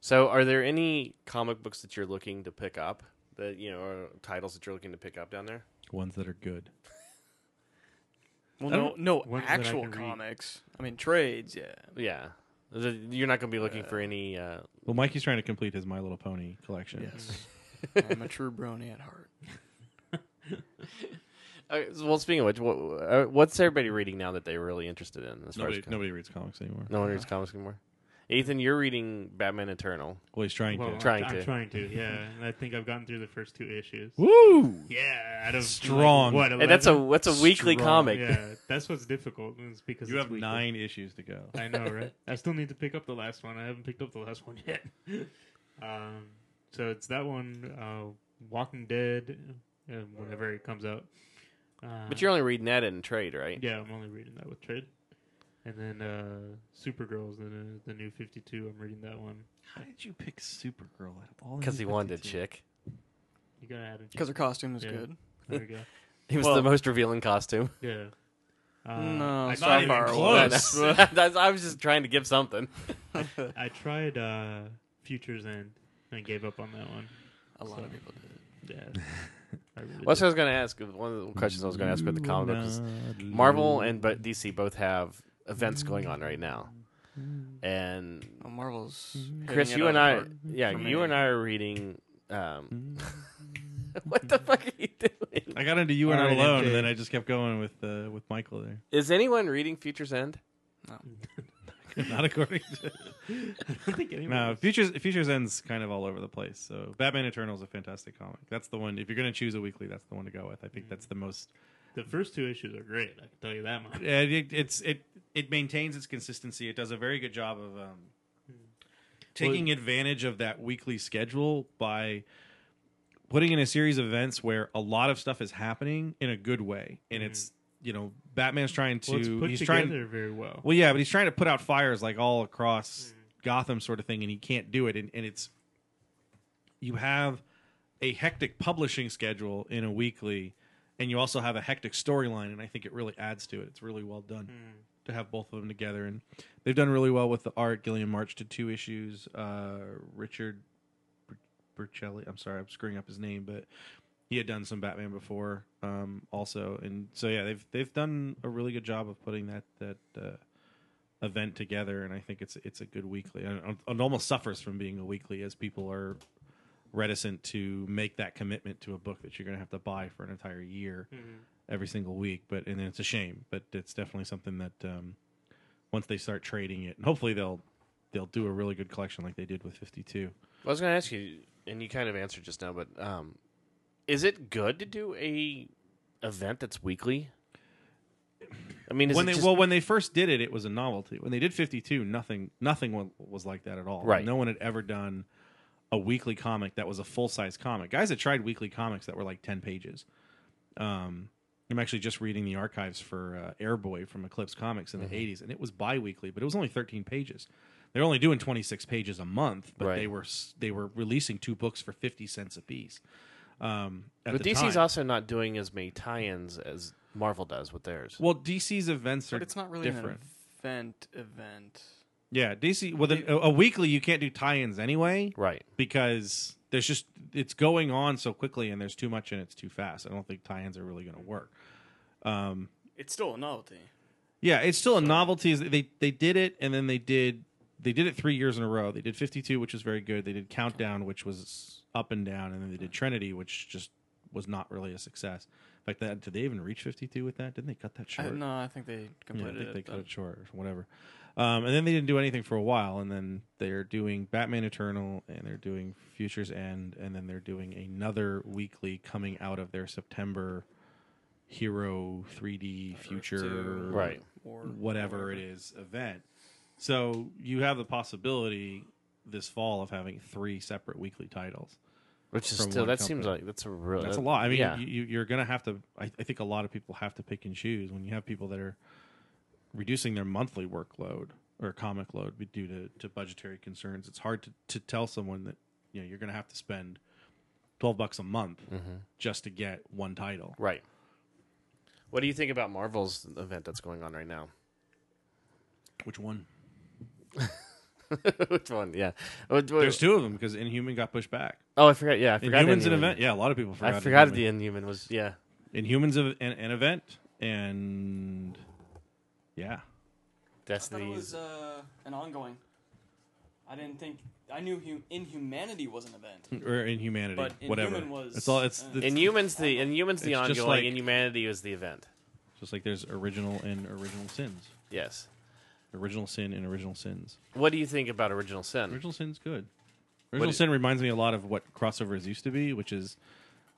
A: So, are there any comic books that you're looking to pick up? That you know, or titles that you're looking to pick up down there?
F: Ones that are good.
G: Well,
F: I
G: no,
F: don't-
G: no
E: ones that I
G: actual
E: can read.
G: comics. I mean, trades. Yeah.
A: Yeah, The- you're not going to be looking for any. Uh,
F: Well, Mikey's trying to complete his My Little Pony collection.
G: Yes. I'm a true brony at heart.
A: uh, well, speaking of which, what, uh, what's everybody reading now that they're really interested in? As
F: Nobody,
A: far as
F: nobody reads comics anymore.
A: No one reads comics anymore. Ethan, you're reading Batman Eternal.
F: Well, he's trying
E: Well,
F: to.
A: Trying
E: I'm,
A: to.
E: I'm trying to. Yeah, and I think I've gotten through the first two issues.
F: Woo!
E: Yeah, out of like,
F: Strong.
E: what?
A: Hey, that's
E: 11?
A: a that's a weekly
F: Strong,
A: comic.
E: Yeah, that's what's difficult. Is because
F: You
E: it's
F: have
E: weekly.
F: nine issues to go.
E: I know, right? I still need to pick up the last one. I haven't picked up the last one yet. Um, so it's that one, uh, Walking Dead, uh, whenever it comes out. Uh,
A: But you're only reading that in trade, right?
E: yeah, I'm only reading that with trade, and then uh, Supergirl's the the new 52. I'm reading that one.
F: How did you pick Supergirl out of all?
A: Because he wanted a chick.
E: You gotta add it.
G: Because her costume is
E: Yeah.
G: good.
E: There we go.
A: He was
G: Well-
A: the most revealing costume.
E: Yeah. Uh,
G: no,
E: I
G: so
E: tried-
G: far away.
F: close.
G: That's-
A: That's- I was just trying to give something.
E: I tried uh, Futures End and gave up on that one.
G: A lot of people did.
E: Yeah. I really
A: Well, that's
E: did.
A: what I was going to ask. One of the questions I was going to ask about the comic book was Marvel
F: Mm-hmm.
A: and but DC both have events going on right now, and
G: Oh, Marvel's.
A: Chris,
G: hitting
A: you
G: it out
A: and
G: of the
A: I,
G: park.
A: yeah,
G: for
A: you
G: me.
A: and I are reading.
B: Mm.
A: Um, what the fuck are you doing?
F: I got into you and I
E: Alright,
F: alone,
E: MJ.
F: and then I just kept going with uh, with Michael there.
A: Is anyone reading Future's End?
F: Not according to
E: I don't think anyone.
F: no. Futures Futures ends kind of all over the place. So Batman Eternal is a fantastic comic. That's the one. If you're going to choose a weekly, that's the one to go with. I think that's the most.
E: The first two issues are great. I can tell you that much.
F: uh, It, it's it it maintains its consistency. It does a very good job of um, taking advantage of that weekly schedule by putting in a series of events where a lot of stuff is happening in a good way, and
E: Mhm.
F: it's you know Batman's trying to
E: Well, it's put
F: he's
E: together
F: trying
E: very well.
F: well yeah, but he's trying to put out fires like all across Gotham sort of thing, and he can't do it, and, and it's you have a hectic publishing schedule in a weekly. And you also have a hectic storyline, and I think it really adds to it. It's really well done to have both of them together, and they've done really well with the art. Gillian March did two issues. Uh, Richard Br- Burchelli, I'm sorry, I'm screwing up his name, but he had done some Batman before, um, also, and so yeah, they've they've done a really good job of putting that that uh, event together, and I think it's it's a good weekly. And it almost suffers from being a weekly, as people are reticent to make that commitment to a book that you're going to have to buy for an entire year every single week. But and it's a shame, but it's definitely something that um, once they start trading it, and hopefully they'll they'll do a really good collection like they did with 52.
A: Well, I was going to ask you, and you kind of answered just now, but um, is it good to do a event that's weekly? I mean, is
F: when
A: it
F: they
A: just-
F: well when they first did it, it was a novelty. When they did 52, nothing nothing wa- was like that at all.
A: Right.
F: No one had ever done a weekly comic that was a full size comic. Guys had tried weekly comics that were like 10 pages. Um, I'm actually just reading the archives for uh, Airboy from Eclipse Comics in
A: Mm-hmm.
F: the 80s, and it was bi-weekly, but it was only 13 pages. They're only doing 26 pages a month, but
A: Right.
F: they were s- they were releasing two books for 50 cents a piece. Um, at
A: but
F: the
A: DC's
F: time.
A: also not doing as many tie-ins as Marvel does with theirs.
F: well, DC's events are
G: But it's not really
F: different.
G: an event. Event.
F: Yeah, DC. Well, then, a, a weekly you can't do tie-ins anyway
A: right.
F: because there's just it's going on so quickly and there's too much and it's too fast. I don't think tie-ins are really going to work. Um,
G: It's still a novelty.
F: yeah, it's still a novelty. Is They they did it and then they did they did it three years in a row. They did 52, which was very good. They did Countdown, which was up and down, and then they did Trinity, which just was not really a success. In fact, that did they even reach 52 with that? Didn't they cut that
G: I,
F: short?
G: no, I think they
F: Yeah, I
G: completed
F: think they
G: it.
F: cut
G: but-
F: it short or whatever. Um, and then they didn't do anything for a while, and then they're doing Batman Eternal, and they're doing Futures End, and then they're doing another weekly coming out of their September Hero 3D Future,
G: Two,
A: Right.
G: Or
F: whatever it is event. So you have the possibility this fall of having three separate weekly titles.
A: Which is
F: from
A: still
F: one
A: that
F: company.
A: seems like that's a real
F: That's a lot. I mean,
A: yeah.
F: you, you're going to have to. I, I think a lot of people have to pick and choose when you have people that are reducing their monthly workload or comic load due to, to budgetary concerns. It's hard to, to tell someone that you know you're going to have to spend twelve bucks a month
A: Mm-hmm.
F: just to get one title.
A: right. What do you think about Marvel's event that's going on right now?
F: Which one?
A: Which one? Yeah. What- what-
F: There's two of them because Inhuman got pushed back.
A: Oh, I forgot. Yeah, I forgot.
F: Inhuman's an
A: Inhuman.
F: event. Yeah, a lot of people forgot.
A: I forgot
F: Inhuman.
A: the Inhuman was. Yeah.
F: Inhumans of an, an event and yeah.
G: I thought it
A: Destiny's.
G: was uh, an ongoing. I didn't think. I knew hum- Inhumanity was an event.
F: Or Inhumanity,
G: But
F: whatever.
G: Inhuman was-
F: it's all. It's,
G: uh,
F: it's
A: Inhumans the Inhumans the
F: It's just
A: ongoing.
F: like-
A: Inhumanity was the event.
F: Just like there's original and original sins.
A: Yes.
F: Original sin and original sins.
A: What do you think about Original Sin?
F: Original sin's good. Original
A: do-
F: sin reminds me a lot of what crossovers used to be, which is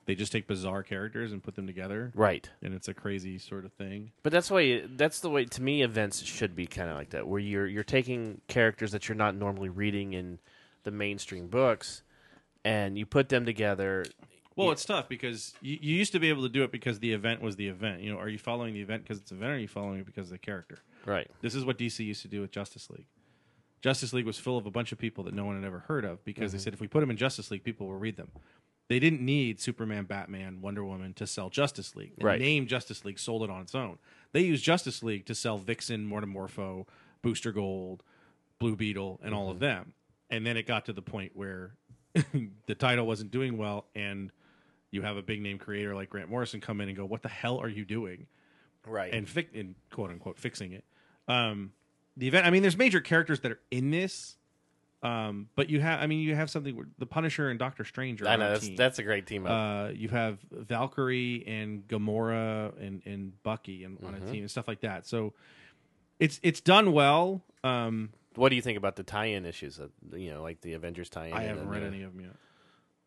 F: they just take bizarre characters and put them together,
A: Right.
F: and it's a crazy sort of thing.
A: But that's why that's the way to me events should be kind of like that, where you're you're taking characters that you're not normally reading in the mainstream books, and you put them together.
F: Well, it's tough because you, you used to be able to do it because the event was the event. You know, are you following the event because it's an event, or are you following it because of the character?
A: Right.
F: This is what DC used to do with Justice League. Justice League was full of a bunch of people that no one had ever heard of because they said if we put them in Justice League, people will read them. They didn't need Superman, Batman, Wonder Woman to sell Justice League. The
A: Right.
F: name Justice League sold it on its own. They used Justice League to sell Vixen, Mortomorpho, Booster Gold, Blue Beetle, and all of them. And then it got to the point where the title wasn't doing well, and you have a big name creator like Grant Morrison come in and go, "What the hell are you doing?"
A: Right.
F: and fic- and quote unquote fixing it. Um, the event. I mean, there's major characters that are in this, um, but you have. I mean, you have something where the Punisher and Doctor Strange are.
A: I
F: on a
A: know that's
F: team.
A: that's a great team up.
F: Uh, you have Valkyrie and Gamora and and Bucky and on
A: Mm-hmm.
F: a team and stuff like that. So it's it's done well. Um,
A: what do you think about the tie-in issues? Of, you know, like the Avengers tie-in.
F: I haven't
A: and
F: read
A: the-
F: any of them yet.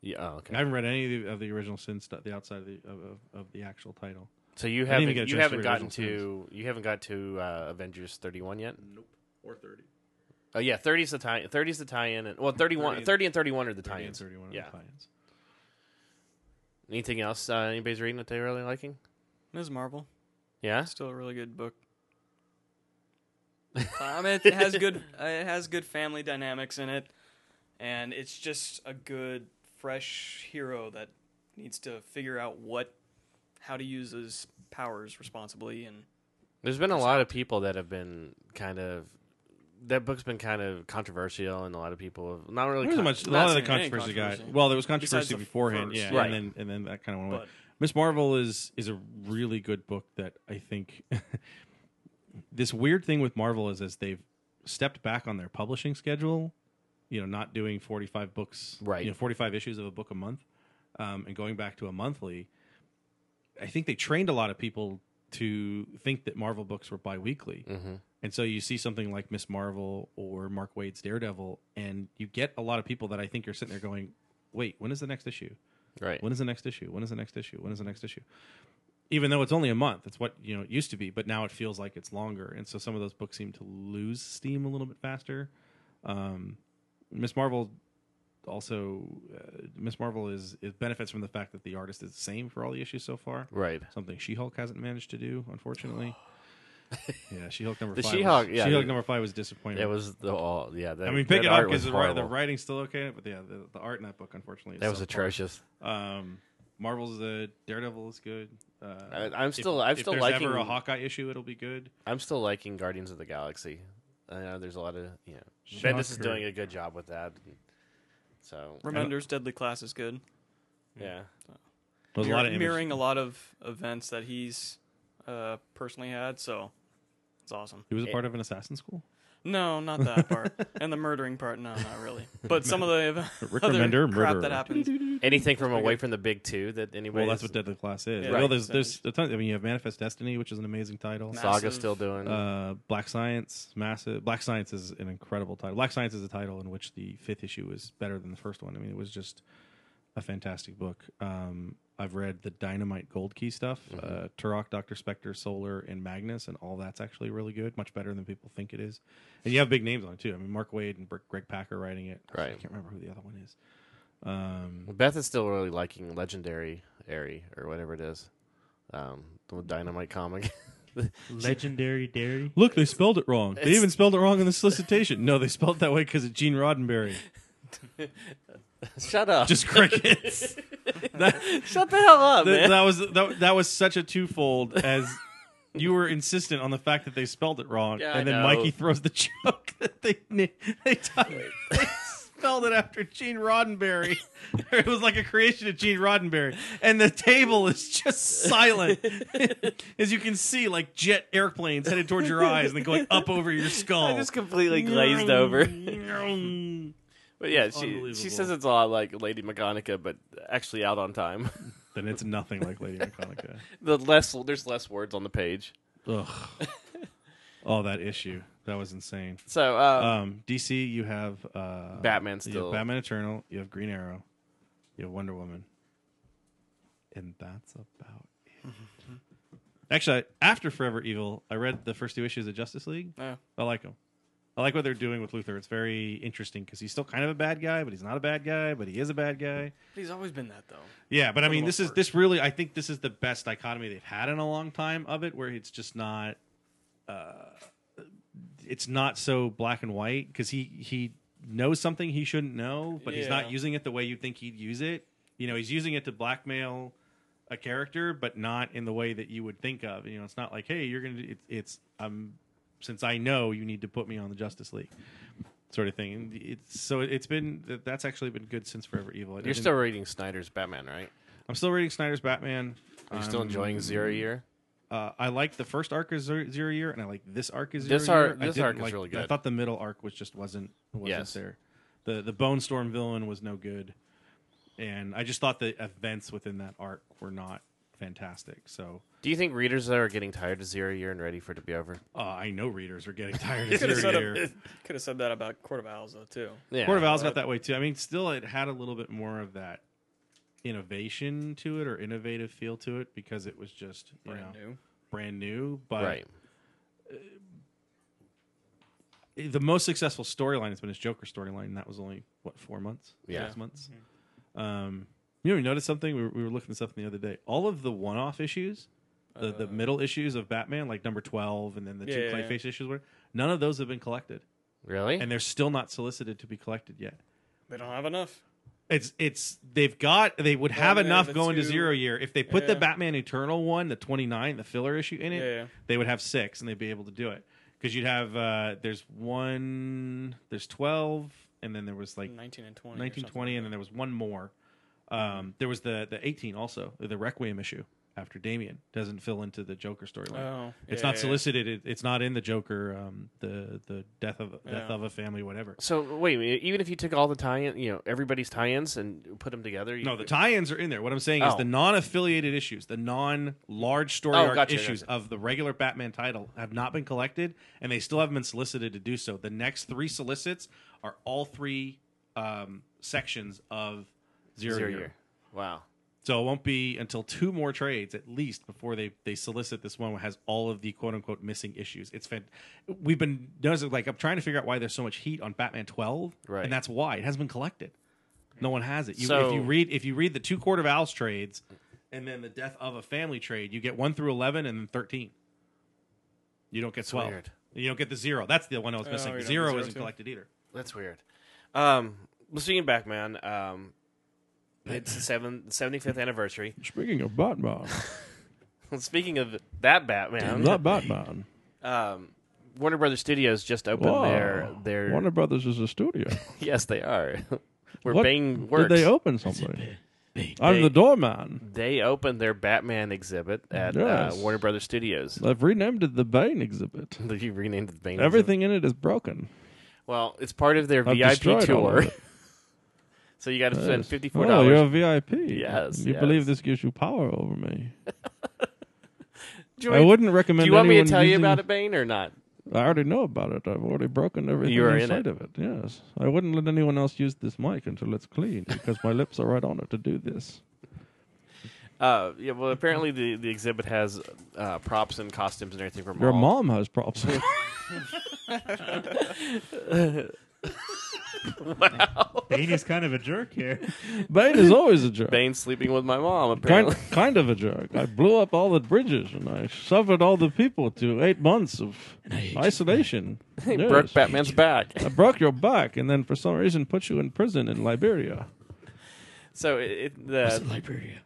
A: Yeah. Oh, okay.
F: I haven't read any of the, of the original since the the outside of the of, of, of the actual title.
A: So you
F: didn't even
A: haven't
F: get a
A: you
F: chance to
A: haven't
F: read
A: gotten
F: Original
A: to you haven't got to uh, Avengers thirty one yet.
F: Nope, or thirty.
A: Oh yeah, thirty is the tie thirty is the tie in, and well 31, 30 and thirty one are the tie
F: tie-ins.
A: ins.
F: 31
A: Yeah.
F: tie-ins.
A: Anything else uh, anybody's reading that they're really liking?
G: Ms. Marvel.
A: Yeah.
G: Still a really good book. I mean, Um, it has good. uh, It has good family dynamics in it, and it's just a good, fresh hero that needs to figure out what, how to use his powers responsibly, and
A: There's been a lot of people that have been kind of that book's been kind of controversial, and a lot of people have not really.
F: There wasn't
A: con-
F: much. A lot of the
G: seeing any
F: controversy, guy.
G: controversy.
F: Well, there was
G: Besides
F: controversy
G: the
F: beforehand,
G: first.
F: yeah,
A: Right.
F: and then and then that kind of went away.
G: But-
F: Miss Marvel is is a really good book that I think. this weird thing with Marvel is as they've stepped back on their publishing schedule, you know, not doing forty five books,
A: Right.
F: You know, forty five issues of a book a month, um, and going back to a monthly. I think they trained a lot of people to think that Marvel books were biweekly.
A: Mhm.
F: And so you see something like Miss Marvel or Mark Waid's Daredevil, and you get a lot of people that I think are sitting there going, "Wait, when is the next issue?
A: right.
F: When is the next issue? When is the next issue? When is the next issue?" Even though it's only a month, it's what you know it used to be, but now it feels like it's longer. And so some of those books seem to lose steam a little bit faster. Um, Miss Marvel also uh, Miss Marvel is it benefits from the fact that the artist is the same for all the issues so far.
A: Right.
F: Something She-Hulk hasn't managed to do, unfortunately. yeah, She-Hulk number
A: The
F: five.
A: She-Hulk,
F: was,
A: yeah,
F: She-Hulk
A: the-
F: number five was disappointing.
A: It was the all. Yeah. That,
F: I mean, pick
A: that
F: it
A: art
F: up because
A: was
F: the, ri- the
A: horrible.
F: writing's still okay, but yeah, the, the art in that book, unfortunately, is
A: That was
F: subpar.
A: atrocious.
F: Um, Marvel's the Daredevil is good. Uh,
A: I- I'm still-
F: if,
A: I'm
F: if
A: still
F: there's
A: liking-
F: ever a Hawkeye issue, it'll be good.
A: I'm still liking Guardians of the Galaxy. I know there's a lot of you know. Bendis is
F: Shocker.
A: doing a good job with that. So
G: Remender's Deadly Class is good.
F: Mm.
A: yeah,
F: There's a lot of image-
G: mirroring a lot of events that he's uh, personally had, so it's awesome.
F: He was a
A: Eh.
F: part of an assassin school.
G: No, not that part, and the murdering part. No, not really. But some of the ev-
F: Rick
G: other
F: Remender,
G: crap
F: murderer.
G: that happens.
A: anything from away from the big two that anybody.
F: Well, that's what Deadly Class is.
G: Yeah,
F: well,
G: right.
F: there's there's a ton. I mean, you have Manifest Destiny, which is an amazing title.
G: Nah.
A: Saga's
G: Massive.
A: still doing.
F: Uh, Black Science, massive. Black Science is an incredible title. Black Science is a title in which the fifth issue was better than the first one. I mean, it was just a fantastic book. Um, I've read the Dynamite Gold Key stuff,
A: Mm-hmm.
F: uh, Turok, Doctor Specter, Solar, and Magnus, and all that's actually really good. Much better than people think it is. And you have big names on it too. I mean, Mark Wade and Br- Greg Packer writing it. I
A: Right.
F: can't remember who the other one is. Um,
A: Beth is still really liking Legendary Airy or whatever it is, um, the Dynamite comic.
E: Legendary Dairy.
F: Look, they spelled it wrong. They
A: It's-
F: even spelled it wrong in the solicitation. No, they spelled it that way because of Gene Roddenberry.
A: Shut up!
F: Just crickets. that,
A: shut the hell up,
F: that,
A: man.
F: that was that, that was such a twofold as you were insistent on the fact that they spelled it wrong,
A: Yeah, I
F: and then
A: know.
F: Mikey throws the joke that they na- they, t- they spelled it after Gene Roddenberry. it was like a creation of Gene Roddenberry, and the table is just silent, as you can see, like jet airplanes headed towards your eyes and then going up over your skull.
A: I just completely glazed over.
F: then
A: But yeah,
F: It's
A: she she
F: unbelievable.
A: says it's a lot like Lady McGonagall, but actually out on time.
F: it's nothing like Lady McConaughey.
A: the less there's less words on the page.
F: Ugh. Oh, that issue. That was insane.
A: So uh,
F: Um, DC, you have uh,
A: Batman
F: You
A: still.
F: have Batman Eternal. You have Green Arrow. You have Wonder Woman. And that's about it.
A: Mm-hmm.
F: Actually, after Forever Evil, I read the first two issues of Justice League.
G: Yeah.
F: I like them. I like what they're doing with Luthor. It's very interesting because he's still kind of a bad guy, but he's not a bad guy, but he is a bad guy.
G: But he's always been that though.
F: Yeah, but I
G: For the
F: mean,
G: most
F: this is
G: part.
F: this really. I think this is the best dichotomy they've had in a long time of it, where it's just not, uh, it's not so black and white because he he knows something he shouldn't know, but he's not
G: Yeah.
F: using it the way you think he'd use it. You know, he's using it to blackmail a character, but not in the way that you would think of. You know, it's not like, hey, you're gonna. It's, it's um, since I know you need to put me on the Justice League, sort of thing. And it's so it's been that- that's actually been good since Forever Evil. I
A: You're
F: didn't-
A: still reading Snyder's Batman, right?
F: I'm still reading Snyder's Batman.
A: Are you still
F: I'm-
A: enjoying
F: mm.
A: Zero Year?
F: Uh, I like the first arc of Zero, Zero Year, and I like this arc is Zero
A: This
F: Year.
A: arc-
F: I
A: this
F: didn't
A: arc is
F: like-
A: really
F: I
A: good.
F: thought the middle arc was just wasn't wasn't
A: Yes.
F: there. The the Bone Storm villain was no good, and I just thought the events within that arc were not fantastic. So
A: Do you think readers though, are getting tired of Zero Year and ready for it to be over?
F: uh, I know readers are getting tired of
G: Could have said,
F: Zero Year.
G: a, could have said that about Court of Owls though too.
A: Yeah.
F: Court of Owls got that way too. I mean, still, it had a little bit more of that innovation to it or innovative feel to it because it was just you
G: Brand
F: know,
G: new.
F: brand new. But
A: right.
F: the most successful storyline has been his Joker storyline. and That was only what four months,
A: Yeah.
G: Mm-hmm.
F: six months. Um, You ever notice something? We were, we were looking at something the other day. All of the one-off issues, the, the middle issues of Batman, like number twelve, and then the two
G: Uh. Yeah, yeah, yeah.
F: Clayface issues, were none of those have been collected,
A: Really?
F: and they're still not solicited to be collected yet.
G: They don't have enough.
F: It's it's they've got they would have
G: Batman,
F: enough
G: Oh, the
F: going to
G: two-
F: zero year if they put the
G: Yeah.
F: Batman Eternal one, the 29, the filler issue in it.
G: Yeah, yeah.
F: They would have six and they'd be able to do it because you'd have uh, there's one, there's twelve, and then there was like
G: 19 and 20. or
F: nineteen
G: something
F: twenty,
G: like Mm-hmm.
F: and then there was one more. Um, there was the the eighteen also the Requiem issue after Damien doesn't fill into the Joker
G: that.
F: storyline.
G: Oh,
F: it's
G: yeah,
F: not
G: yeah,
F: solicited. It, it's not in the Joker. Um, the the death of death
G: Yeah.
F: of a family, whatever.
A: So wait, a minute, even if you took all the tie-in, you know, everybody's tie-ins and put them together. You
F: No, the tie-ins are in there. What I'm saying is
A: Oh.
F: the non-affiliated issues, the non-large story
A: Oh,
F: arc
A: gotcha,
F: issues of the regular Batman title have not been collected, and they still haven't been solicited to do so. The next three solicits are all three um, sections of Zero,
A: zero
F: year.
A: year. Wow.
F: So it won't be until two more trades at least before they, they solicit this one that has all of the quote unquote missing issues. It's fan- we've been noticing like I'm trying to figure out why there's so much heat on Batman 12,
A: Right.
F: and that's why it hasn't been collected. No one has it. You,
A: So-
F: if you read if you read the two court of owls trades and then the death of a family trade, you get one through eleven and then thirteen. You don't get twelve.
A: weird.
F: You don't get the zero. That's the one I was
G: Oh,
F: missing.
G: you don't get
F: zero
G: zero
F: isn't
G: too.
F: collected either.
A: That's weird. Um, well, speaking of Batman, um, it's the seven, 75th anniversary.
B: Speaking of Batman,
A: Speaking of that Batman,
B: not Batman.
A: um, Warner Brothers Studios just opened
B: Whoa.
A: their their.
B: Warner Brothers is a studio.
A: yes, they are. Where
B: What
A: Bang works.
B: Did they open something?
A: They-
B: I'm the doorman.
A: They opened their Batman exhibit at
B: Yes.
A: uh, Warner Brothers Studios.
B: I've renamed it the Bane exhibit.
A: You renamed it Bang. exhibit.
B: Everything in it is broken.
A: Well, it's part of their
B: I've
A: VIP
B: destroyed all of
A: tour.
B: it.
A: so you got to spend
B: Yes.
A: fifty four
B: Oh,
A: dollars.
B: you're a VIP.
A: Yes,
B: You
A: yes.
B: believe this gives you power over me?
A: Do you
B: I
A: want-
B: wouldn't recommend.
A: Do you want me to
B: anyone
A: tell you
B: using-
A: about it, Bane, or not?
B: I already know about it. I've already broken everything
A: You are in
B: inside
A: it.
B: of it. Yes, I wouldn't let anyone else use this mic until it's clean because my lips are right on it to do this.
A: Uh, yeah. Well, apparently the, the exhibit has uh, props and costumes and everything from
B: Your
A: all-
B: mom has props.
E: Bane is kind of a jerk here.
B: Bane is always a jerk.
A: Bane sleeping with my mom. Apparently,
B: Kind, kind of a jerk. I blew up all the bridges and I suffered all the people to eight months of isolation.
A: He
B: Yes.
A: broke Batman's back.
B: I broke your back and then for some reason put you in prison in Liberia.
A: So it, it the
C: Liberia.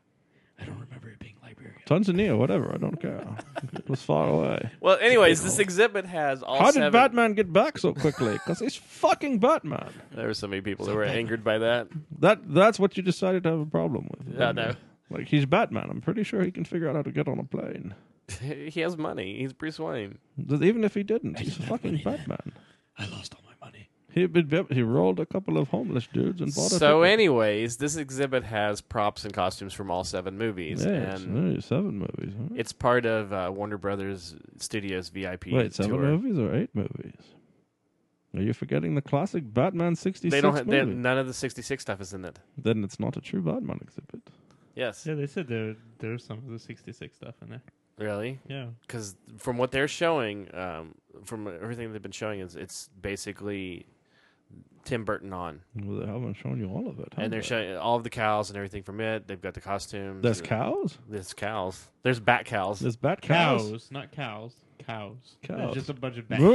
C: I don't remember it being Liberia.
B: Tanzania, whatever, I don't care. It was far away.
A: well, anyways, this exhibit has all.
B: How
A: seven-
B: did Batman get back so quickly? Because he's fucking Batman.
A: There were so many people that were angered by that.
B: That that's what you decided to have a problem with.
A: Yeah, I know.
B: Like he's Batman. I'm pretty sure he can figure out how to get on a plane.
A: he has money. He's Bruce Wayne.
B: Th- Even if he didn't, he's
C: didn't have
B: fucking
C: money then.
B: Batman.
C: I lost all my money.
B: He be- be- he rolled a couple of homeless dudes and bought a
A: So,
B: ticket.
A: anyways, this exhibit has props and costumes from all seven movies,
B: Yes,
A: and
B: yeah, seven movies. Huh?
A: it's part of uh, Warner Brothers Studios VIP
B: Wait, seven
A: tour.
B: movies or eight movies? Are you forgetting the classic Batman '66
A: They don't. Ha- they,
B: movie?
A: none of the '66 stuff is in it.
B: Then it's not a true Batman exhibit.
A: Yes,
E: Yeah, they said there there's some of the '66 stuff in there.
A: really.
E: Yeah,
A: because from what they're showing, um, from everything they've been showing, is it's basically Tim Burton on,
B: Well, they haven't shown you all of it. have
A: and they're
B: they?
A: showing all of the cows and everything from it. They've got the costumes.
B: There's cows.
A: There's cows. There's bat cows.
B: There's bat
E: cows,
B: cows.
E: not cows, cows.
B: Cows.
E: There's just a bunch of bad
B: Moo.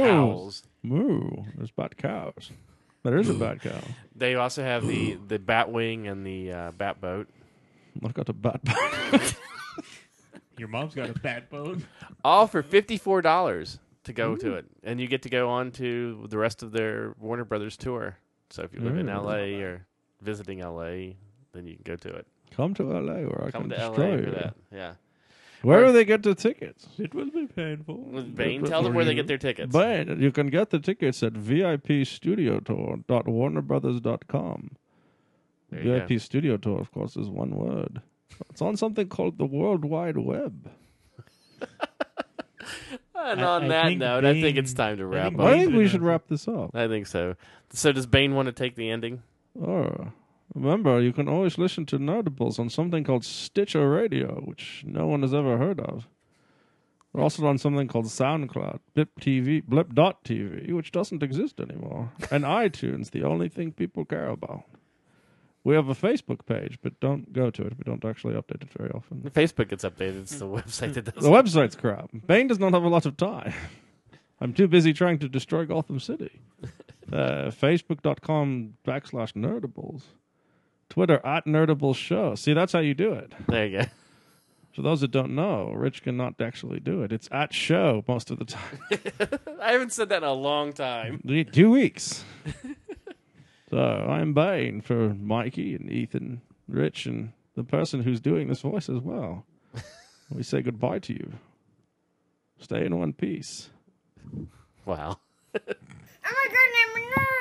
A: cows.
E: cows.
B: Moo. There's bat cows. There is a bat cow.
A: They also have the the bat wing and the uh, bat boat.
B: I've got a bat.
E: Your mom's got a fat bone.
A: All for fifty four dollars to go to it, and you get to go on to the rest of their Warner Brothers tour. So if you live in
B: Ooh.
A: L.A. or visiting L.A., then you can go to it.
B: Come to LA where I
A: Come
B: can
A: to
B: destroy
A: L.A. for
B: you.
A: that. Yeah.
B: Where
A: Or-
B: do they get the tickets?
E: It will be painful.
A: With Bane, tell them where they get their tickets.
B: But you can get the tickets at VIPstudiotour.warnerbrothers.com.
A: There you go.
B: VIP Studio Tour, of course, is one word. It's on something called the World Wide Web.
A: And
E: I-
A: on
E: I
A: that
E: think
A: note, I think
E: Bane-
A: it's time to
E: I
A: wrap
E: think
A: up.
B: I
E: Bane-
B: think we should wrap this up.
A: I think so. So does Bane want to take the ending?
B: Oh, remember, you can always listen to Nerdables on something called Stitcher Radio, which no one has ever heard of. We're also on something called SoundCloud, Blip TV, Blip.tv, which doesn't exist anymore, and iTunes, the only thing people care about. We have a Facebook page, but don't go to it. We don't actually update it very often.
A: Facebook gets updated. It's the website that does.
B: The website's crap. Bane does not have a lot of time. I'm too busy trying to destroy Gotham City. Uh, Facebook.com backslash nerdables. Twitter at nerdables show. See, that's how you do it.
A: There you go.
B: For those that don't know, Rich cannot actually do it. It's at show most of the time.
A: I haven't said that in a long time.
B: Three- Two weeks. so I'm Bane for Mikey and Ethan, Rich, and the person who's doing this voice as well. we say goodbye to you. Stay in one piece.
A: Wow.
H: Oh my god, I'm a nerd!